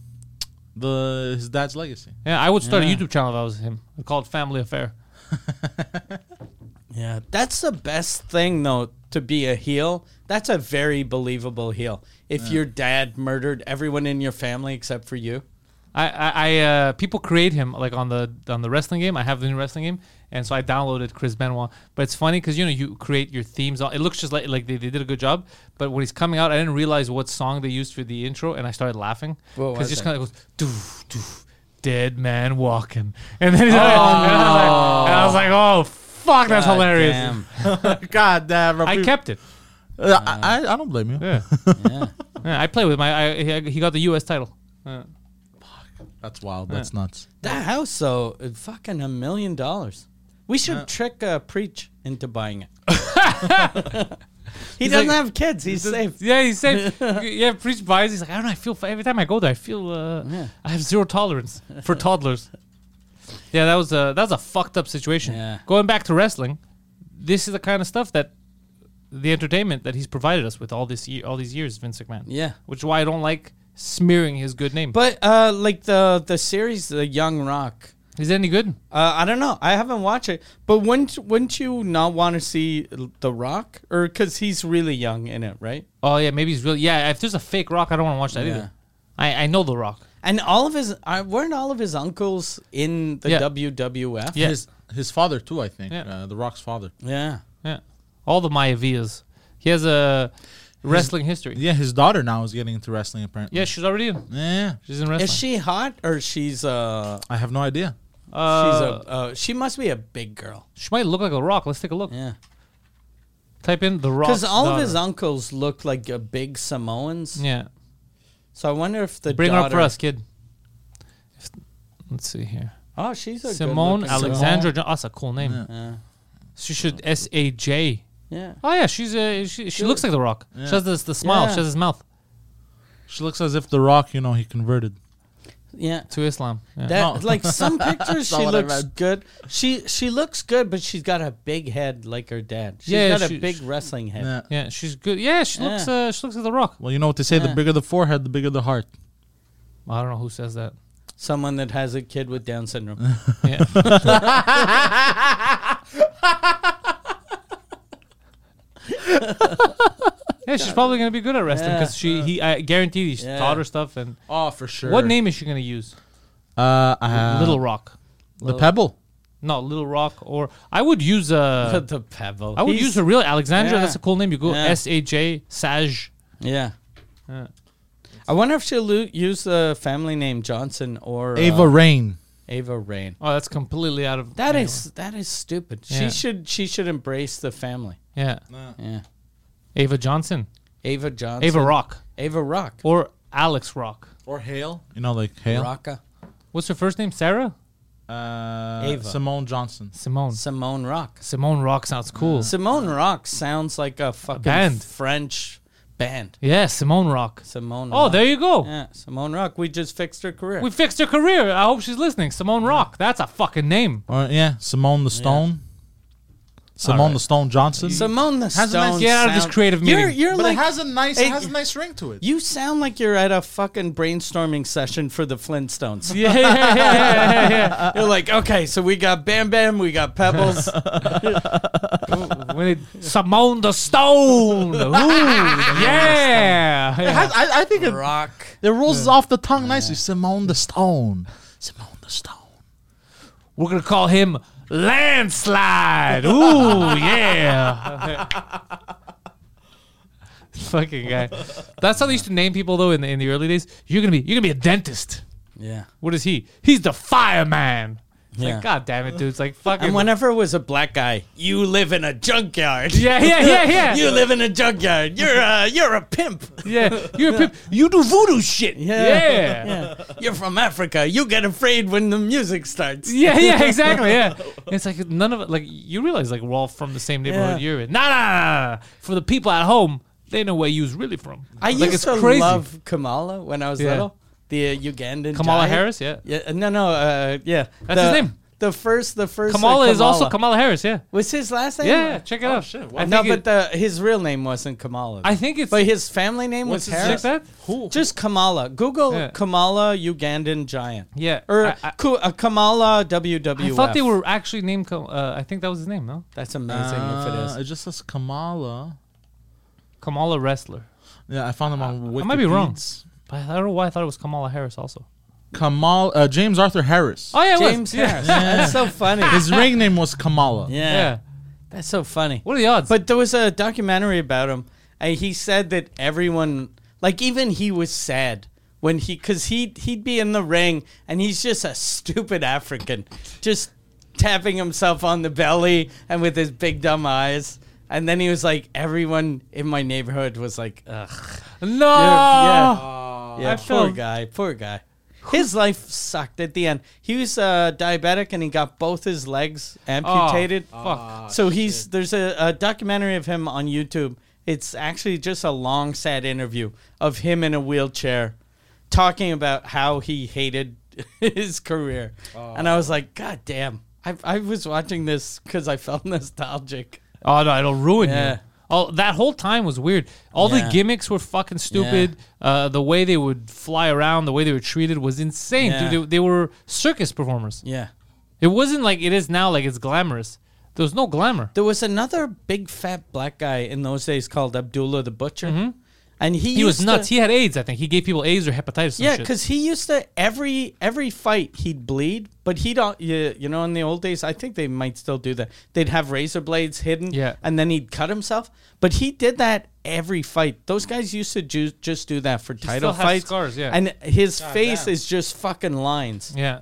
C: the his dad's legacy.
A: yeah. I would start a YouTube channel if I was him. I'd call it Family Affair.
B: Kid? Yeah, that's the best thing though to be a heel, that's a very believable heel. If your dad murdered everyone in your family except for you,
A: I, I, I uh, people create him like on the on the wrestling game. I have the new wrestling game, and so I downloaded Chris Benoit. But it's funny because you know you create your themes. It looks just like like they, they did a good job. But when he's coming out, I didn't realize what song they used for the intro, and I started laughing
B: What
A: because
B: was
A: just
B: it?
A: kind of goes doof doof, dead man walking, and then he's like, and I was like, and I was like, oh fuck, that's
B: Oh. God
A: hilarious.
B: Uh, damn.
C: God damn.
A: I kept it.
C: Uh, I, I I don't blame you.
A: Yeah,
B: Yeah.
A: yeah I play with my. I, he, he got the U.S. title. Uh,
C: That's wild. That's nuts.
B: That house, though, is fucking a million dollars. We should trick uh, Preach into buying it. he
A: like-
B: doesn't have kids. He's safe.
A: Yeah, he's safe. yeah, preach buys. He's like, I don't know. I feel every time I go there, I feel uh, I have zero tolerance for toddlers. yeah, that was a that was a fucked up situation.
B: Yeah.
A: Going back to wrestling, this is the kind of stuff that the entertainment that he's provided us with all this year, all these years, Vince McMahon.
B: Yeah.
A: which is why I don't like smearing his good name.
B: But uh, like the the series, The Young Rock.
A: is it any good?
B: Uh, I don't know. I haven't watched it, but wouldn't wouldn't you not want to see The Rock, or because he's really young in it, right?
A: Oh yeah, maybe he's really. Yeah, if there's a fake Rock, I don't want to watch that
B: Yeah.
A: either. I I know the Rock.
B: And all of his uh, weren't all of his uncles in the
A: Yeah.
B: WWF.
A: Yeah.
C: His his father too, I think.
A: Yeah.
C: Uh, the Rock's father.
B: yeah.
A: Yeah, all the Mayavias. He has a wrestling history.
C: Yeah, his daughter now is getting into wrestling apparently.
A: Yeah, she's already in.
C: Yeah.
A: She's in wrestling.
B: Is she hot or she's uh,
C: I have no idea.
B: she's
A: Uh,
B: a uh, she must be a big girl.
A: she might look like a rock. Let's take a look.
B: Yeah.
A: Type in the rock.
B: Because all of his uncles look like uh, big Samoans.
A: yeah.
B: So I wonder if the
A: Bring her up
B: daughter-
A: for us, kid. If, let's see here.
B: Oh, she's a
A: Simone
B: good-looking-
A: Alexandra. Jo- that's a cool name.
B: Yeah.
A: She should S A J.
B: Yeah.
A: Oh yeah, she's a, she. She looks like the rock. She has this the smile.
B: Yeah.
A: She has his mouth
C: She looks as if the Rock, you know, he converted.
B: Yeah.
A: to Islam. Yeah.
B: That like some pictures
C: not
B: she
C: what I
B: looks
C: meant.
B: good. She she looks good, but she's got a big head like her dad. She's
A: Yeah,
B: got
A: she-
B: a big
A: she-
B: wrestling head.
C: Yeah.
A: yeah, she's good. Yeah, she looks.
B: Yeah.
A: Uh, she looks like the rock.
C: Well, you know what they say:
B: Yeah.
C: the bigger the forehead, the bigger the heart.
A: I don't know who says that.
B: Someone that has a kid with Down syndrome.
A: Yeah. yeah, she's probably gonna be good at wrestling because she, he, I guarantee, he's
B: Yeah.
A: taught her stuff. And
C: Oh, for sure.
A: what name is she gonna use?
C: Uh, I have
A: Little Rock.
C: the Pebble.
A: No, Little Rock, or I would use uh,
B: the pebble.
A: I would
B: He's-
A: use a real Alexandra.
B: Yeah.
A: That's a cool name. You go
B: Yeah.
A: S A J Saj.
B: Yeah. I wonder if she'll lo- use the family name Johnson or
C: Ava
B: uh,
C: Rain.
B: Ava Rain.
A: Oh, that's completely out of.
B: That
A: yeah.
B: is that is stupid.
A: Yeah.
B: She should she should embrace the family.
A: yeah.
B: Yeah.
A: Ava Johnson,
B: Ava Johnson.
A: Ava Rock,
B: Ava Rock.
A: or Alex Rock.
C: Or Hale. You know, like Hale.
B: Rocka.
A: What's her first name? Sarah
C: Uh,
B: Ava.
C: Simone Johnson.
A: Simone.
B: Simone Rock.
A: Simone Rock sounds cool.
B: Simone Rock sounds like a fucking
A: band.
B: French band.
A: yeah, Simone Rock.
B: Simone
A: Oh,
B: Rock.
A: there you go.
B: Yeah, Simone Rock. We just fixed her career.
A: We fixed her career. I hope she's listening. Simone Rock. That's a fucking name.
C: Or yeah, Simone the Stone. Simone the Stone Johnson.
B: Simone the
C: Has a nice-
B: Stone.
A: Get out of this
B: sound-
A: creative
B: You're,
A: meeting.
B: you're
C: but
B: like
C: it has a nice,
B: Hey,
C: it has a nice ring to it.
B: you sound like you're at a fucking brainstorming session for the Flintstones.
A: Yeah, yeah, yeah, yeah, yeah, yeah.
B: You're like, okay, so we got Bam Bam, we got Pebbles.
A: When it, Simone the Stone. Ooh, yeah.
C: It has- I, I think it,
B: Rock.
C: it rolls off the tongue nicely. Simone the Stone. Simone the Stone.
A: We're gonna call him Landslide. Ooh, yeah. Fucking guy. That's how they used to name people though in the, in the early days. You're gonna be you're gonna be a dentist.
B: Yeah.
A: What is he? He's the fireman. It's
B: Yeah.
A: Like God damn it, dude. It's like fucking.
B: And whenever it was a black guy, you live in a junkyard.
A: yeah, yeah, yeah, yeah.
B: You live in a junkyard. You're a you're a pimp.
A: yeah, you're a pimp. You do voodoo shit. Yeah. yeah.
B: Yeah. You're from Africa. You get afraid when the music starts.
A: Yeah, exactly. Yeah, it's like none of it. Like you realize, like we're all from the same neighborhood
B: Yeah.
A: you're in. Nah, nah, nah, nah, nah. For the people at home, they know where you're really from.
B: I
A: like,
B: used
A: it's
B: to
A: crazy.
B: love Kamala when I was
A: Yeah.
B: little. The uh, Ugandan
A: Kamala
B: giant.
A: Harris, yeah.
B: Yeah, uh, no, no, uh, yeah.
A: That's
B: the,
A: his name.
B: The first, the first. uh,
A: Kamala is also Kamala Harris, yeah.
B: Was his last name?
A: Yeah, check it out. I
B: no,
A: think
B: but
A: it,
B: the, his real name wasn't Kamala.
A: I think it's
B: but his family name
A: what's
B: was
A: his
B: Harris.
A: check that?
B: Just Kamala. Google
A: Yeah.
B: Kamala Ugandan giant.
A: Yeah,
B: Or
A: I- I-
B: Ku- uh, Kamala WWF.
A: I thought they were actually named. Kam- Uh, I think that was his name, no?
B: That's amazing
C: Uh,
B: if it is.
C: It just says Kamala.
A: Kamala wrestler.
C: Yeah, I found him on Wikipedia.
A: I might be wrong, but I don't know why I thought it was Kamala Harris also.
C: Kamal uh, James Arthur Harris.
A: Oh yeah, it was.
B: James
A: yeah.
B: Harris. That's so funny.
C: His ring name was Kamala.
B: yeah.
A: Yeah.
B: That's so funny.
A: What are the odds?
B: But there was a documentary about him, and he said that everyone, like even he, was sad when he, because he he'd be in the ring, and he's just a stupid African, just tapping himself on the belly and with his big dumb eyes. And then he was like, everyone in my neighborhood was like, ugh,
A: no.
B: yeah, yeah,
A: I
B: poor
A: felt-
B: guy, poor guy. His life sucked at the end. He was uh, diabetic and he got both his legs amputated.
A: fuck.
B: So he's there's a, a documentary of him on YouTube. It's actually just a long, sad interview of him in a wheelchair talking about how he hated his career. And
A: Oh.
B: I was like, God damn. I, I was watching this because I felt nostalgic.
A: Oh no, it'll ruin
B: Yeah.
A: you. Oh, that whole time was weird. All
B: Yeah.
A: the gimmicks were fucking stupid. Uh, the way they would fly around, the way they were treated was insane.
B: Yeah.
A: Dude, they, they were circus performers.
B: Yeah.
A: It wasn't like it is now, like it's glamorous. There was no glamour.
B: There was another big fat black guy in those days called Abdullah the Butcher. And he,
A: Mm-hmm. He was
B: used
A: nuts.
B: to-
A: he had AIDS, I think. He gave people AIDS or hepatitis.
B: yeah,
A: because
B: because he used to every every fight he'd bleed, but he don't. You, you know, in the old days, I think they might still do that. They'd have razor blades hidden,
A: Yeah.
B: and then he'd cut himself. But he did that every fight. Those guys used to ju- just do that for
A: still
B: title
A: has
B: fights.
A: scars, yeah.
B: and his face
C: damn.
B: is just fucking lines.
A: yeah.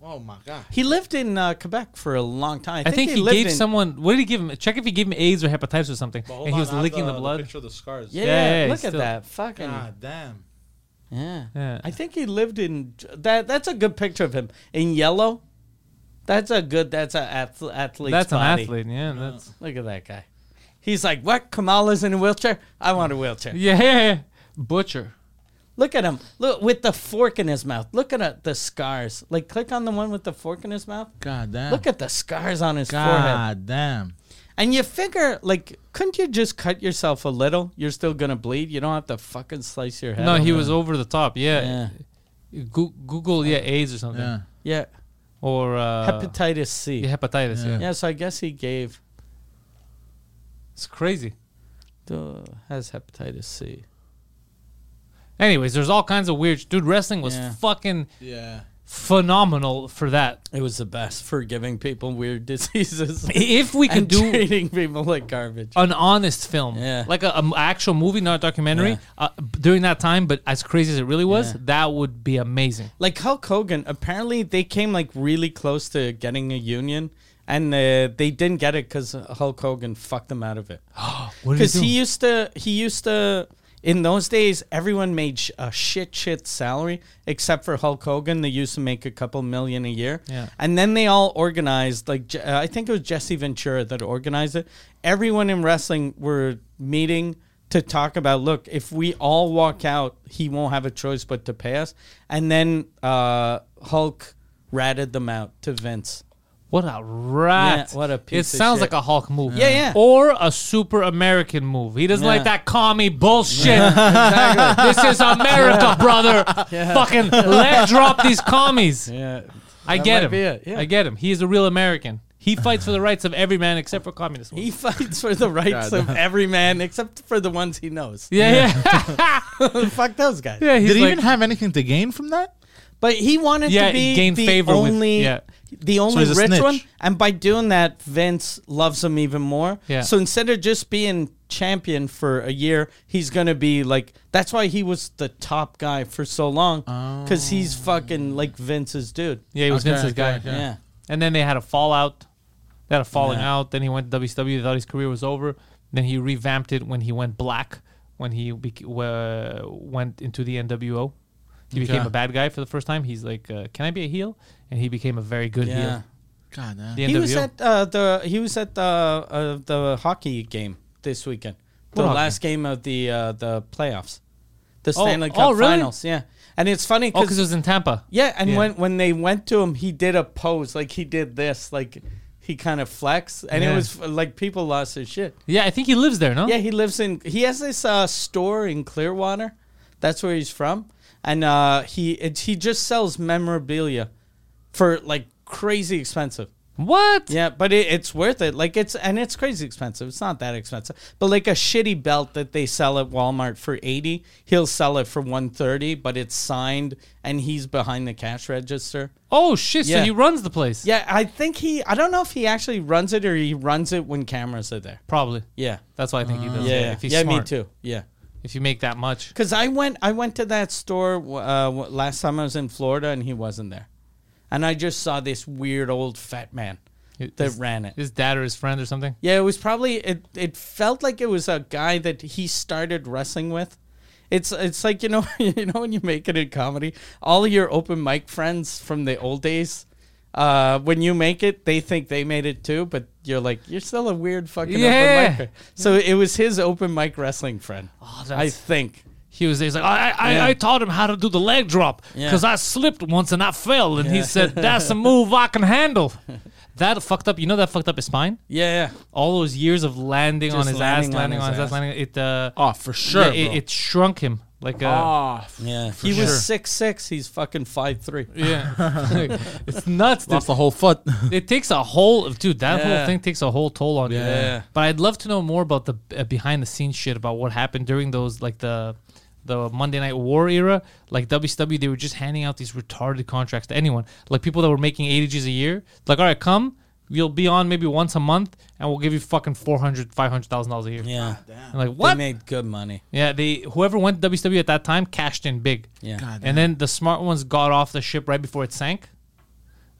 C: Oh my god.
B: He lived in uh, Quebec for a long time. I,
A: I think
B: they
A: he
B: lived
A: gave
B: in-
A: someone. What did he give him? Check if he gave him AIDS or hepatitis or something, and he was licking the, blood.
C: picture of the scars.
B: Yeah,
A: Yeah, yeah,
B: look
A: still-
B: at that fucking.
C: God damn.
B: Yeah.
A: Yeah.
B: I think he lived in that. That's a good picture of him in yellow. That's a good. That's an athlete. athlete's
A: that's an
B: body.
A: athlete. Yeah, that's
B: Look at that guy. He's like, what? Kamala's in a wheelchair. I want a wheelchair.
A: yeah, yeah, yeah. butcher.
B: Look at him. Look with the fork in his mouth. Look at uh, the scars. Like, click on the one with the fork in his mouth.
C: God damn.
B: Look at the scars on his forehead.
C: God damn.
B: And you figure, like, couldn't you just cut yourself a little? You're still gonna bleed. You don't have to fucking slice your head.
A: No,
B: open.
A: he was over the top. Yeah. Goo- Google yeah AIDS or something
C: Yeah.
B: Yeah,
A: or uh,
B: hepatitis C.
A: yeah, hepatitis. Yeah.
B: yeah, so I guess he gave.
A: it's crazy.
B: Duh, has hepatitis C.
A: Anyways, there's all kinds of weird. Dude, wrestling was
B: Yeah.
A: fucking
C: Yeah.
A: phenomenal for that.
B: It was the best for giving people weird diseases.
A: If we could
B: and
A: do
B: treating people like garbage.
A: an honest film,
B: Yeah.
A: like a, a actual movie, not a documentary,
B: Yeah.
A: uh, during that time, but as crazy as it really was,
B: Yeah.
A: that would be amazing.
B: Like Hulk Hogan, apparently they came like really close to getting a union, and uh, they didn't get it because Hulk Hogan fucked them out of it.
A: What did
B: Because
A: do?
B: he used to, he used to. In those days, everyone made sh- a shit shit salary except for Hulk Hogan. They used to make a couple million a year.
A: Yeah.
B: And then they all organized, like, Je- uh, I think it was Jesse Ventura that organized it. Everyone in wrestling were meeting to talk about look, if we all walk out, he won't have a choice but to pay us. And then uh, Hulk ratted them out to Vince.
A: What a rat!
B: Yeah, what a
A: It
B: piece of
A: sounds like
B: shit.
A: a Hulk move.
B: Yeah, yeah.
A: Or a super American move. He doesn't like
B: Yeah.
A: that commie bullshit. this is America, brother. Fucking let drop these commies.
B: Yeah.
A: I get
B: might
A: him.
B: be it, yeah.
A: I get him. He is a real American. He fights for the rights of every man except for communists.
B: He fights for the rights of every man except for the ones he knows.
A: yeah, yeah,
B: Fuck those guys.
A: yeah. He's
C: Did he
A: like,
C: even have anything to gain from that?
B: But he wanted
A: Yeah,
B: to be
A: gain
B: the
A: favor with-
B: only,
A: yeah.
B: the only
C: he's a
B: rich
C: snitch.
B: one, and by doing that, Vince loves him even more.
A: Yeah.
B: So instead of just being champion for a year, he's gonna be like. That's why he was the top guy for so long, because he's fucking like Vince's dude.
A: Oh. yeah, he was
C: Okay,
A: Vince's
C: okay,
A: guy.
C: okay.
B: Yeah.
A: And then they had a fallout. They had a falling
B: Yeah.
A: out. Then he went to WCW. They thought his career was over. Then he revamped it when he went black. When he bec- uh, went into the NWO, he became
C: Okay.
A: a bad guy for the first time. He's like, uh, "Can I be a heel?" And he became a very good
B: Yeah.
C: God
A: heel.
C: damn.
A: The
B: He
A: NWO.
B: was at uh, the he was at the uh, the hockey game this weekend, the
A: What hockey?
B: last game of the uh, the playoffs, the
A: Oh,
B: Stanley
A: oh,
B: Cup
A: really?
B: Finals. Yeah, and it's funny
A: oh,
B: because.
A: because it was in Tampa.
B: Yeah, and
A: Yeah.
B: when when they went to him, he did a pose like he did this, like he kind of flexed, and
A: Yeah.
B: it was like people lost their shit.
A: Yeah, I think he lives there. No.
B: Yeah, he lives in he has this uh, store in Clearwater, that's where he's from, and uh, he it, he just sells memorabilia for like crazy expensive.
A: What?
B: Yeah, but it, it's worth it. Like it's and it's crazy expensive. It's not that expensive. But like a shitty belt that they sell at Walmart for 80, he'll sell it for 130, but it's signed and he's behind the cash register.
A: Oh shit! So
B: Yeah.
A: he runs the place.
B: Yeah, I think he I don't know if he actually runs it or he runs it when cameras are there.
A: Probably.
B: Yeah. Mm.
A: That's why I think he does.
B: Yeah.
A: it. If he's
B: yeah, me
A: smart.
B: too. Yeah.
A: If you make that much,
B: Cuz I went I went to that store uh, w- last time I was in Florida and he wasn't there. And I just saw this weird old fat man that
A: his-
B: ran it.
A: his dad or his friend or something.
B: Yeah, it was probably it. It felt like it was a guy that he started wrestling with. It's it's like you know you know when you make it in comedy, all your open mic friends from the old days. Uh, when you make it, they think they made it too, but you're like you're still a weird fucking
A: Yeah.
B: open mic. So it was his open mic wrestling friend, I
A: that's-
B: think.
A: He was he's like, I I,
B: Yeah.
A: I I taught him how to do the leg drop
B: Yeah.
A: because I slipped once and I fell, and he said that's a move I can handle. That fucked up. You know that fucked up his spine.
B: Yeah,
A: All those years of landing on
B: Just
A: his
B: landing
A: ass,
B: on
A: landing
B: his
A: on his ass,
B: ass.
A: landing it. Uh,
C: Oh, for sure. Oh,
A: yeah, it, it shrunk him like.
B: Oh.
A: Uh,
B: yeah. He
A: sure.
B: was six six. He's fucking five three.
A: Yeah, it's nuts. dude.
C: lost the whole foot.
A: It takes a whole dude. That whole
B: Yeah.
A: thing takes a whole toll on you.
B: Yeah.
A: But I'd love to know more about the uh, behind the scenes shit about what happened during those like the the Monday Night War era. Like WCW, they were just handing out these retarded contracts to anyone. Like people that were making eighty G's a year. Like, all right, come. You'll be on maybe once a month, and we'll give you fucking four hundred, five hundred thousand dollars a year.
B: Yeah,
A: I'm like what?
B: They made good money.
A: yeah, they whoever went to WCW at that time cashed in big.
B: Yeah. God
A: and then the smart ones got off the ship right before it sank.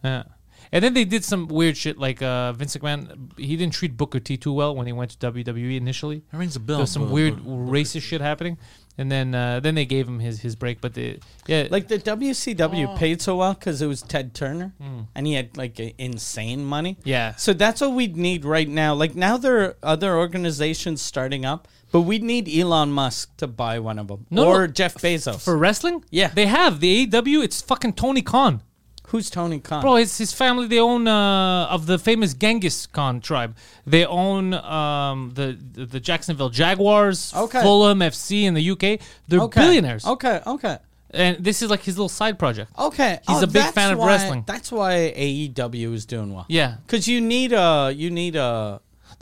A: Yeah. And then they did some weird shit like uh, Vince McMahon. He didn't treat Booker T too well when he went to WWE initially.
C: That rings a bell.
A: There was some
C: Oh, Bo-
A: weird
C: Bo-
A: racist shit happening, and then uh, then they gave him his, his break. But the yeah,
B: Like the
A: Oh.
B: WCW paid so well because it was Ted Turner, and he had like a- insane money.
A: Hmm. Yeah.
B: So that's what we'd need right now. Like now there are other organizations starting up, but we'd need Elon Musk to buy one of them
A: No,
B: or
A: no.
B: Jeff Bezos.
A: for wrestling,
B: Yeah.
A: they have the AEW. It's fucking Tony Khan,
B: Who's Tony Khan?
A: bro. It's his family. They own uh, of the famous Genghis Khan tribe. They own um, the the the Jacksonville Jaguars,
B: Okay.
A: Fulham FC in the UK. They're billionaires.
B: Okay. Okay.
A: and this is like his little side project.
B: Okay. Oh,
A: He's a big
B: that's
A: fan of
B: why-
A: wrestling.
B: That's why AEW is doing well.
A: Yeah.
B: Because you need a you need a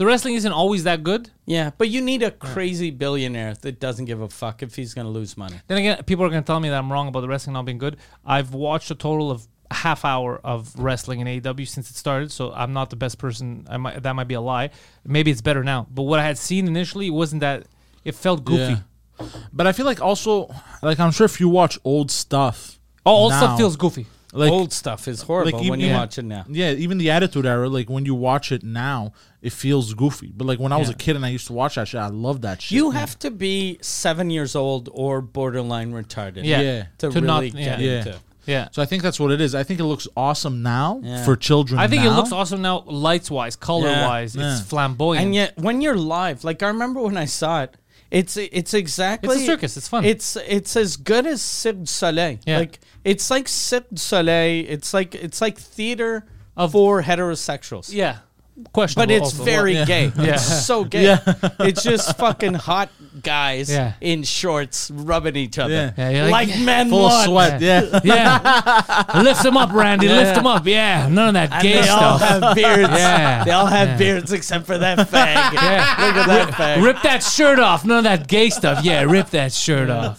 A: The wrestling isn't always that good.
B: yeah, but you need a crazy billionaire that doesn't give a fuck if he's gonna lose money.
A: Then again, people are gonna tell me that I'm wrong about the wrestling not being good. I've watched a total of a half hour of wrestling in AEW since it started, so I'm not the best person. I might, that might be a lie. Maybe it's better now. But what I had seen initially wasn't that. It felt goofy.
C: Yeah. But I feel like also, like I'm sure if you watch old stuff,
A: Oh, all stuff
C: now,
A: feels goofy.
C: like
B: Old stuff is horrible
C: even-
B: when you
C: yeah.
B: watch it now.
C: Yeah, even the Attitude Era, like when you watch it now, it feels goofy. But like when I was
B: Yeah.
C: a kid and I used to watch that shit, I loved that shit.
B: You have to be seven years old or borderline retarded.
A: Yeah.
C: Yeah.
B: To,
A: To
B: really
A: not-
B: get
C: yeah.
B: into.
C: Yeah.
A: Yeah.
C: So I think that's what it is. I think it looks awesome now
B: Yeah.
C: for children.
A: I think it
C: now.
A: looks awesome now, lights wise, color wise.
C: Yeah.
A: It's flamboyant.
B: And yet, when you're live, like I remember when I saw it, it's it's exactly
A: circus, it's fun.
B: It's it's as good as Cirque du Soleil.
A: Yeah.
B: Like it's like Cirque du Soleil. It's like it's like theater
A: Of-
B: for heterosexuals.
A: yeah. Question.
B: But it's very gay.
A: Yeah.
B: It's so gay. It's just fucking hot guys
A: Yeah.
B: in shorts rubbing each
C: Yeah.
B: other.
A: Yeah, you're like-
B: like, men
C: full of
B: want.
C: sweat. Yeah.
A: Yeah. lift him up, Randy. Lift him up. Yeah. None of that
B: And
A: gay
B: they all
A: stuff.
B: have beards.
A: Yeah.
B: They all have beards except for that fag. Look at that fag.
A: Rip that shirt off. None of that gay stuff. Yeah, rip that shirt off.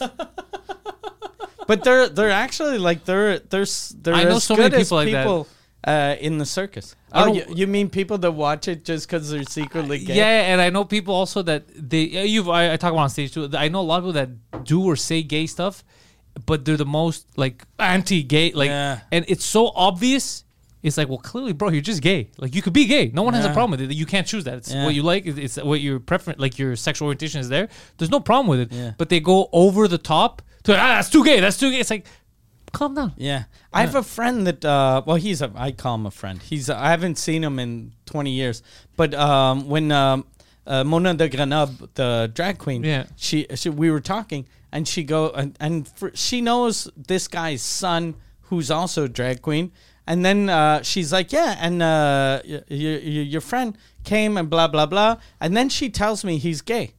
B: But they're they're actually like they're they're s- they're
A: I know
B: as
A: so many
B: good as
A: people like that.
B: people uh, in the circus.
A: I
B: Oh, you,
A: don't-
B: you mean people that watch it just because they're secretly gay?
A: Yeah, and I know people also that they uh, you've I, I talk about on stage too. I know a lot of people that do or say gay stuff, but they're the most like anti-gay. Like,
B: Yeah.
A: and it's so obvious. It's like, well, clearly, bro, you're just gay. Like, you could be gay. No one has a
B: Yeah.
A: problem with it. You can't choose that. It's
B: Yeah.
A: what you like. It's- It's what your preference, like your sexual orientation is there. There's no problem with it.
B: Yeah.
A: But they go over the top to ah, that's too gay. That's too gay. It's like, calm down.
B: Yeah. I have a friend that uh well he's a I call him a friend. He's I haven't seen him in 20 years. But um when um uh, Mona de Grenoble the drag queen
A: Yeah.
B: she she we were talking and she go and, and for, she knows this guy's son who's also a drag queen and then uh, she's like yeah and uh, y- y- y- your friend came and blah blah blah and then she tells me he's gay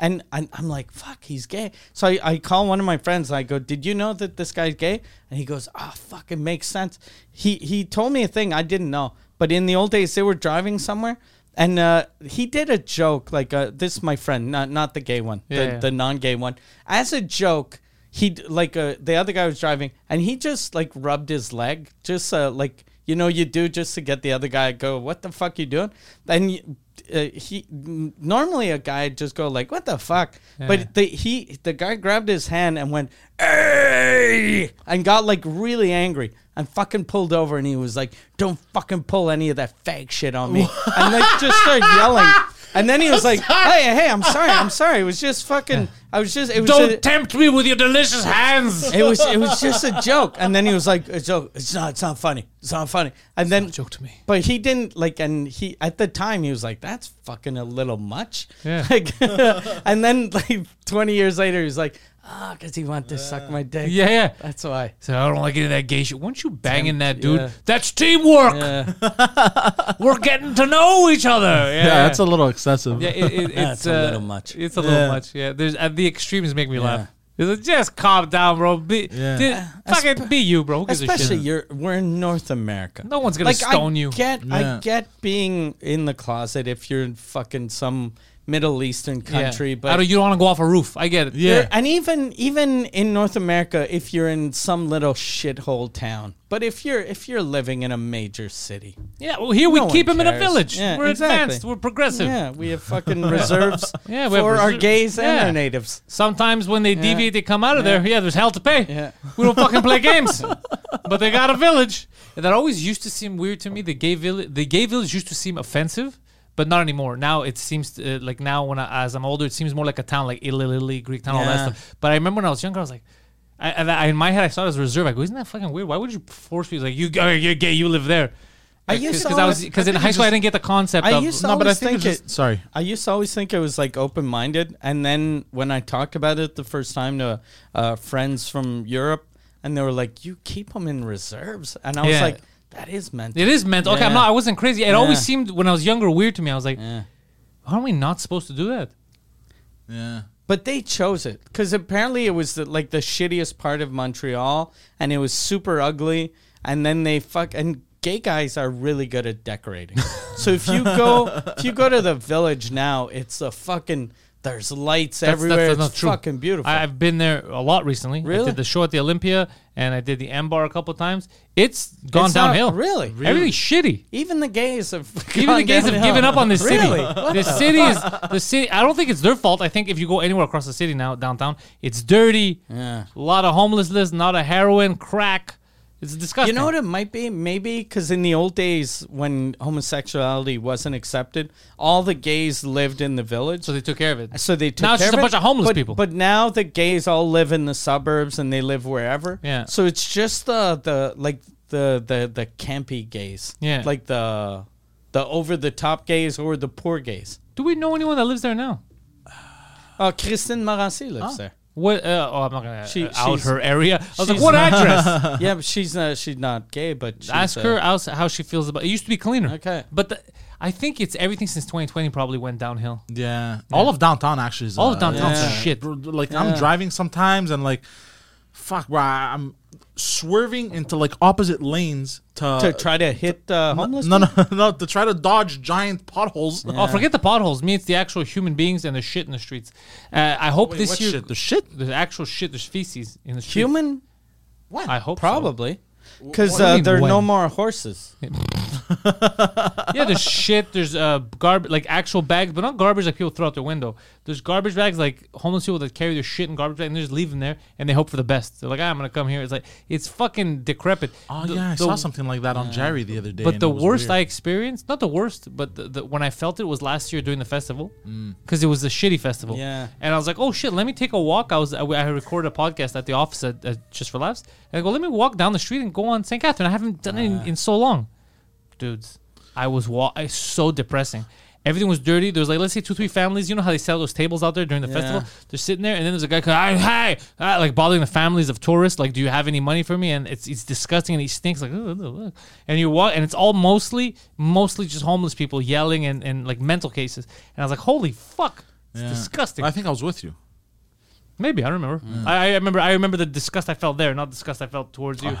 B: And I'm, I'm like, fuck, he's gay. So I, I call one of my friends and I go, did you know that this guy's gay? And he goes, ah, fuck, it makes sense. He, he told me a thing I didn't know. But in the old days, they were driving somewhere and uh, he did a joke like uh, this is my friend not not the gay one the,
A: Yeah, yeah.
B: the non-gay one as a joke he d- like uh, the other guy was driving and he just like rubbed his leg just uh, like you know you do just to get the other guy to go what the fuck you doing and y- uh, he n- normally a guy just go like what the fuck but the he the guy grabbed his hand and went hey and got like really angry and fucking pulled over and he was like, "Don't fucking pull any of that fag shit on me," and like just started yelling. And then he was like, "Hey, hey, I'm sorry, I'm sorry. It was just fucking. I was just. It was.
A: Don't
B: a-
A: tempt me with your delicious hands.
B: it was. It was just a joke." And then he was like, "A joke. It's not. It's not funny. It's not funny." And then
A: joke to me.
B: But he didn't like. And he at the time he was like, "That's fucking a little much."
A: Yeah.
B: Like, and then like 20 years later, he was like, "Ah, because he wanted to suck my dick."
A: Yeah, yeah.
B: That's why.
A: So I don't like any of that gay shit. Weren't you banging that dude?
B: yeah.
A: That's teamwork. We're getting to know each other. Yeah,
C: Yeah, that's a little excessive.
A: Yeah, it, it, it's uh,
B: That's a little much.
A: It's a little much. Yeah, there's uh, the extremes make me laugh. It's like, Just calm down, bro. Be,
C: Yeah.
A: dude, fucking be you, bro. Who gives a
B: Uh, Especially
A: shit?
B: you're we're in North America.
A: No one's gonna stone
B: I
A: you.
B: Get
C: Yeah.
B: I get being in the closet if you're in fucking some Middle Eastern
A: Yeah.
B: country,
A: I
B: but
A: don't, you don't want to go off a roof. I get it.
C: Yeah.
B: and even even in North America, if you're in some little shithole town, but if you're if you're living in a major city,
A: yeah. Well, here we
B: No one
A: keep him in a
B: cares.
A: village.
B: Yeah,
A: We're
B: exactly.
A: advanced. We're progressive.
B: yeah, we have fucking reserves
A: Yeah, we have
B: for our
A: reserves.
B: gays and
A: Yeah.
B: our natives.
A: Sometimes when they deviate, they come out of there. Yeah, there's hell to pay.
B: Yeah.
A: We don't fucking play games. but they got a village. And that always used to seem weird to me. The gay village, the gay village used to seem offensive, but not anymore. Now it seems uh, like now when I, as I'm older, it seems more like a town, like Italy, Greek town, all that
B: Yeah.
A: stuff. But I remember when I was younger, I was like. I, and I, in my head, I saw it as a reserve. I go, isn't that fucking weird? Why would you force me? Like, you, oh, you're gay. You live there.
B: I used to
A: because I was
B: always-
A: because
B: I
A: in
B: think
A: high
B: it's
A: school I
B: just-
A: didn't get the concept.
B: I
A: of,
B: used to
C: No, but I
B: always
C: think,
B: think,
C: it's just,
B: it,
C: sorry.
B: I used to always think it was like open minded, and then when I talked about it the first time to uh, friends from Europe, and they were like, "You keep them in reserves," and I was
A: Yeah.
B: like, "That is meant."
A: It is meant. Okay, I'm
B: Yeah.
A: not. I wasn't crazy. It always
B: Yeah.
A: seemed when I was younger weird to me. I was like,
B: Yeah.
A: aren't we not supposed to do that?
C: Yeah.
B: But they chose it because apparently it was the, like the shittiest part of Montreal, and it was super ugly. And then they fuck and gay guys are really good at decorating. so if you go if you go to the village now, it's a fucking there's lights
A: That's, that's-
B: everywhere.
A: that's
B: it's fucking beautiful.
A: I, I've been there a lot recently. I
B: Really?
A: did the show at the Olympia and I did the M bar a couple times. It's gone
B: It's not-
A: downhill.
B: really?
A: Everything's shitty.
B: Even the gays have
A: Even the
B: gone
A: gays have
B: downhill.
A: given up on this city.
B: Really?
A: The city is the city. I don't think it's their fault. I think if you go anywhere across the city now, downtown, it's dirty.
B: Yeah.
A: A lot of homelessness, not a heroin, crack. It's
B: You
A: disgusting.
B: know what it might be? Maybe because in the old days when homosexuality wasn't accepted, all the gays lived in the village.
A: So they took care of it.
B: So they took
A: now it's
B: care
A: just a
B: it,
A: bunch of homeless
B: but-
A: people.
B: But now the gays all live in the suburbs and they live wherever.
A: Yeah.
B: So it's just the the like the the the campy gays.
A: Yeah.
B: Like the the over the top gays or the poor gays.
A: do we know anyone that lives there now?
B: Uh, Kristen Marassi
A: Ah.
B: lives there.
A: What? Uh, oh, I'm not gonna
B: She-
A: uh, out
B: she's-
A: her area. I was like,
B: she's
A: what
B: not-
A: address?
B: yeah, but she's not she's not gay, but she's,
A: Ask
B: uh,
A: her how, how she feels about. It used to be cleaner.
B: Okay.
A: but the, I think it's everything since 2020 probably went downhill.
C: Yeah. All of downtown actually is
A: All
C: uh,
A: of downtown's
B: yeah.
A: shit.
C: Bro, like I'm driving sometimes and like, fuck, bro, I- I'm swerving into like opposite lanes to,
B: to try to hit uh, homeless.
C: no, no, no, to try to dodge giant potholes.
A: Oh, forget the potholes. Me, it's the actual human beings and the shit in the streets. Uh, I hope
C: Wait,
A: this
C: what
A: year
C: shit? The shit?
A: there's actual shit. There's feces in the streets.
B: human?
C: What?
A: I hope so.
B: Probably. Because
A: do you
B: uh,
A: mean
B: there are no
A: when?
B: more horses.
A: yeah, there's shit. There's uh garbage, like actual bags, but not garbage like people throw out their window. There's garbage bags like homeless people that carry their shit in garbage bags and they just leave them there and they hope for the best. They're like, ah, I'm gonna come here. It's like it's fucking decrepit.
C: Oh
A: The-
C: yeah, I
A: the-
C: saw something like that on Jerry the other day.
A: But
C: and
A: the
C: it was
A: worst I
C: weird.
A: experienced, not the worst, but the, the, when I felt it was last year during the festival,
C: Mm.
A: because it was a shitty festival.
B: Yeah.
A: And I was like, oh shit, let me take a walk. I was I, I recorded a podcast at the office at, at Just for Laughs, and I go, let me walk down the street and go on St. Catherine. I haven't done it in,
C: Ah.
A: in so long, dudes. I was wa- I so depressing. Everything was dirty. There was like let's say two three families. You know how they sell those tables out there during the festival. They're sitting there, and then there's a guy going, "Hey, hey," ah, like bothering the families of tourists. Like, do you have any money for me? And it's it's disgusting, and he stinks. Like, "Ugh, ugh, ugh." and you walk, and it's all mostly mostly just homeless people yelling and and like mental cases. And I was like, holy fuck. It's
C: Yeah.
A: disgusting.
C: I think I was with you.
A: Maybe I don't remember. I, I remember. I remember the disgust I felt there, not disgust I felt towards you.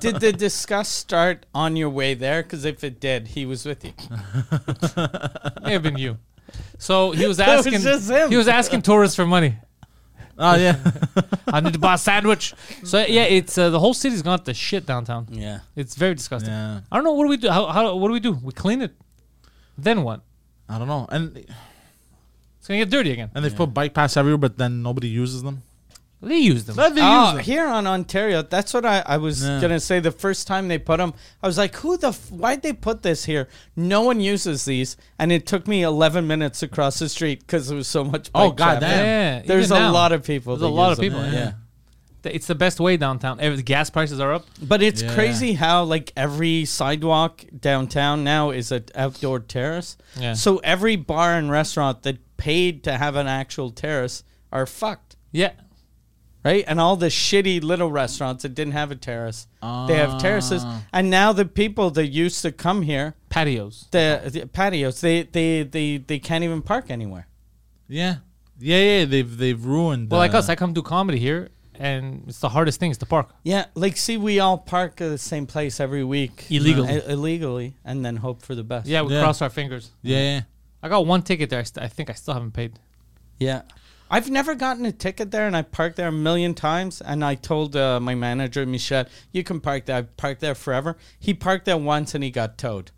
B: did the discuss start on your way there? Because if it did, he was with you.
A: May have been you. So he was
B: That was
A: asking.
B: just him.
A: He was asking tourists for money.
C: Oh yeah.
A: I need to buy a sandwich. So yeah, it's uh, the whole city's gone to shit downtown.
B: Yeah.
A: It's very disgusting.
C: Yeah.
A: I don't know what do we do. How, how what do we do? We clean it. Then what?
C: I don't know. And
A: It's gonna get dirty again.
C: and they've put bike paths everywhere, but then nobody uses them.
A: They use them. Ah,
C: Let me use
B: Oh,
C: them.
B: here on Ontario, that's what I, I was
C: Yeah.
B: gonna say. The first time they put them, I was like, "Who the? F- why'd they put this here? No one uses these." And it took me 11 minutes across the street because there was so much.
C: Oh,
B: bike
C: God
B: traffic.
C: damn.
A: Yeah,
B: There's a
A: even now.
B: lot of people.
A: There's a
B: that
A: lot
B: use
A: of people,
B: them.
A: yeah. It's the best way downtown. Every, the gas prices are up.
B: But it's
C: Yeah.
B: crazy how like every sidewalk downtown now is an outdoor terrace.
A: Yeah.
B: So every bar and restaurant that paid to have an actual terrace are fucked,
A: Yeah.
B: right? And all the shitty little restaurants that didn't have a terrace, they have terraces.
A: Ah.
B: And now the people that used to come here,
A: Patios.
B: the, the patios, they, they they they can't even park anywhere.
C: Yeah. Yeah, yeah. They've they've ruined.
A: Well, like
C: uh,
A: us, I come do comedy here, and it's the hardest thing is to park.
B: Yeah, like see, we all park at the same place every week
A: Illegally.
B: Uh, illegally, and then hope for the best.
A: Yeah, we
C: Yeah.
A: cross our fingers.
C: Yeah, yeah.
A: I got one ticket there. I, st- I think I still haven't paid.
B: Yeah. I've never gotten a ticket there, and I parked there a million times. And I told uh, my manager, Michelle, you can park there. I've parked there forever. He parked there once and he got towed.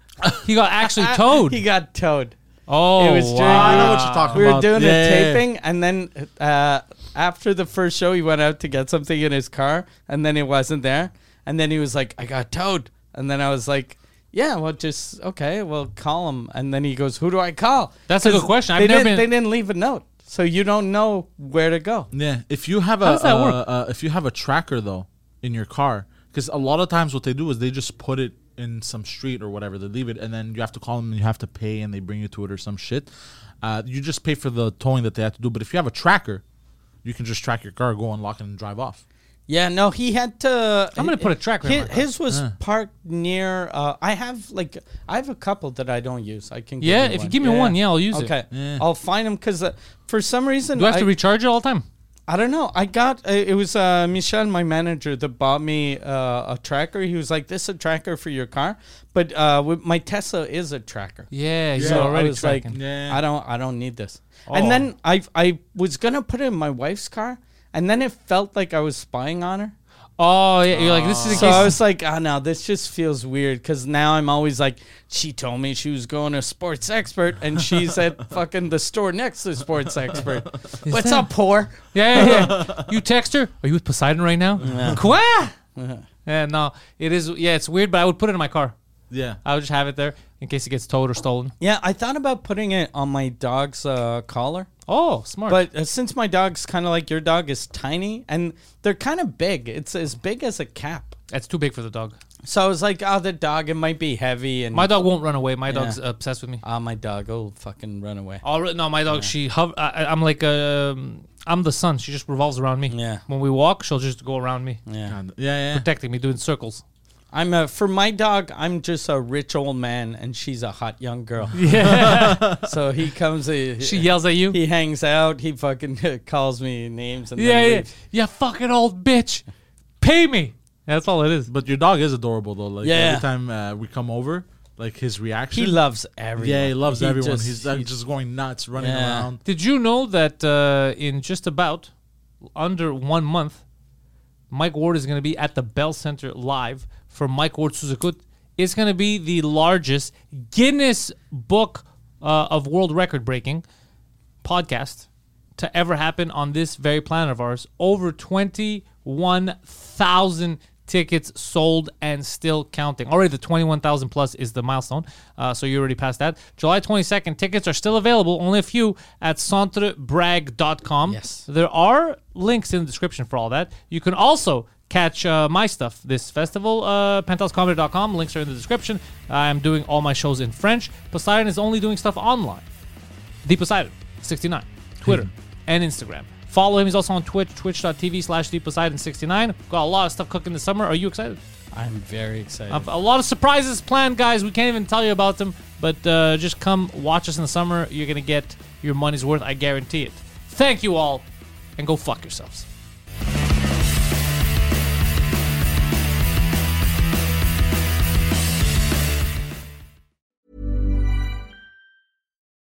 A: He got actually towed.
B: he got towed.
A: oh,
B: it was during-
A: wow.
C: I know what you're talking
B: We were
C: about.
B: doing
C: Yeah,
B: a
C: yeah, yeah.
B: taping, and then uh, after the first show, he went out to get something in his car, and then it wasn't there. And then he was like, I got towed. And then I was like, yeah, well, just okay. Well, call him. And then he goes, "Who do I call?"
A: That's a good
B: 'Cause
A: question. I've
B: they
A: never
B: didn't,
A: been-
B: They didn't leave a note, so you don't know where to go.
C: Yeah, if you have a,
A: does that
C: uh,
A: work?
C: Uh, if you have a tracker though in your car, because a lot of times what they do is they just put it in some street or whatever. They leave it, and then you have to call them and you have to pay, and they bring you to it or some shit. Uh, you just pay for the towing that they have to do. But if you have a tracker, you can just track your car, go unlock it, and drive off.
B: Yeah, no, he had to.
A: I'm gonna put a tracker in
B: His,
A: my car.
B: his was
A: Uh.
B: parked near. Uh, I have like I have a couple that I don't use. I can.
A: Yeah,
B: give
A: if you give me one, yeah, I'll use it.
B: okay. I'll find them because uh, for some reason
A: Do I have to
B: I-
A: recharge it all the time?
B: I don't know. I got uh, it was uh, Michel, my manager, that bought me uh, a tracker. He was like, "This is a tracker for your car," but uh, with my Tesla is a tracker.
A: Yeah, you're
B: So I
A: already
B: was like,
A: tracking. Oh.
C: Yeah.
B: I don't, I don't need this. And then I, I was gonna put it in my wife's car, and then it felt like I was spying on her.
A: oh, yeah, you're like, this is a
B: So I
A: case.
B: was like, oh no, this just feels weird because now I'm always like, she told me she was going to sports expert and she's at fucking the store next to sports expert. What's up, poor?
A: Yeah, yeah, yeah. you text her. Are you with Poseidon right now? Quoi? Yeah, no, it is. Yeah, it's weird, but I would put it in my car.
C: Yeah,
A: I would just have it there in case it gets towed or stolen.
B: Yeah, I thought about putting it on my dog's uh, collar,
A: Oh, smart.
B: but uh, since my dog's kind of like your dog is tiny and they're kind of big, it's as big as a cap.
A: that's too big for the dog.
B: So I was like, oh, the dog, it might be heavy and
A: My dog won't run away. My dog's obsessed with me.
B: Ah, my dog will fucking run away.
A: All right, no, my dog. She, hov- I, I- I'm like, um, I'm the sun. She just revolves around me.
B: Yeah.
A: When we walk, she'll just go around me,
B: Yeah.
C: God, yeah, yeah.
A: protecting me, doing circles.
B: I'm a for my dog. I'm just a rich old man, and she's a hot young girl.
A: Yeah.
B: so he comes. He,
A: she yells at you.
B: He hangs out. He fucking calls me names. And
A: Yeah,
B: then
A: yeah.
B: leaves.
A: You fucking old bitch. Pay me. That's all it is.
C: But your dog is adorable though. Like
B: Yeah.
C: every time uh, we come over, like his reaction.
B: He loves everyone.
C: Yeah, he loves
B: He
C: everyone.
B: just-
C: He's
B: he-
C: uh, just going nuts, running
B: Yeah.
C: around.
A: Did you know that uh, in just about under one month, Mike Ward is going to be at the Bell Center live for Mike Ward Suzukut? It's going to be the largest Guinness Book uh, of World Record breaking podcast to ever happen on this very planet of ours. Over 21,000 tickets sold and still counting. Already the 21,000 plus is the milestone. Uh, so you already passed that. July 22nd, tickets are still available, only a few at centrebrag.com.
B: Yes.
A: There are links in the description for all that. You can also catch uh, my stuff this festival uh, penthousecomedycom links are in the description i'm doing all my shows in french poseidon is only doing stuff online the Poseidon, 69, Twitter, and Instagram. Follow him. He's also on Twitch, twitch.tv slash The Poseidon 69. Got a lot of stuff cooking this summer. Are you excited?
B: I'm very excited.
A: A, a lot of surprises planned, guys. We can't even tell you about them, but uh, just come watch us in the summer. You're going to get your money's worth. I guarantee it. Thank you all, and go fuck yourselves.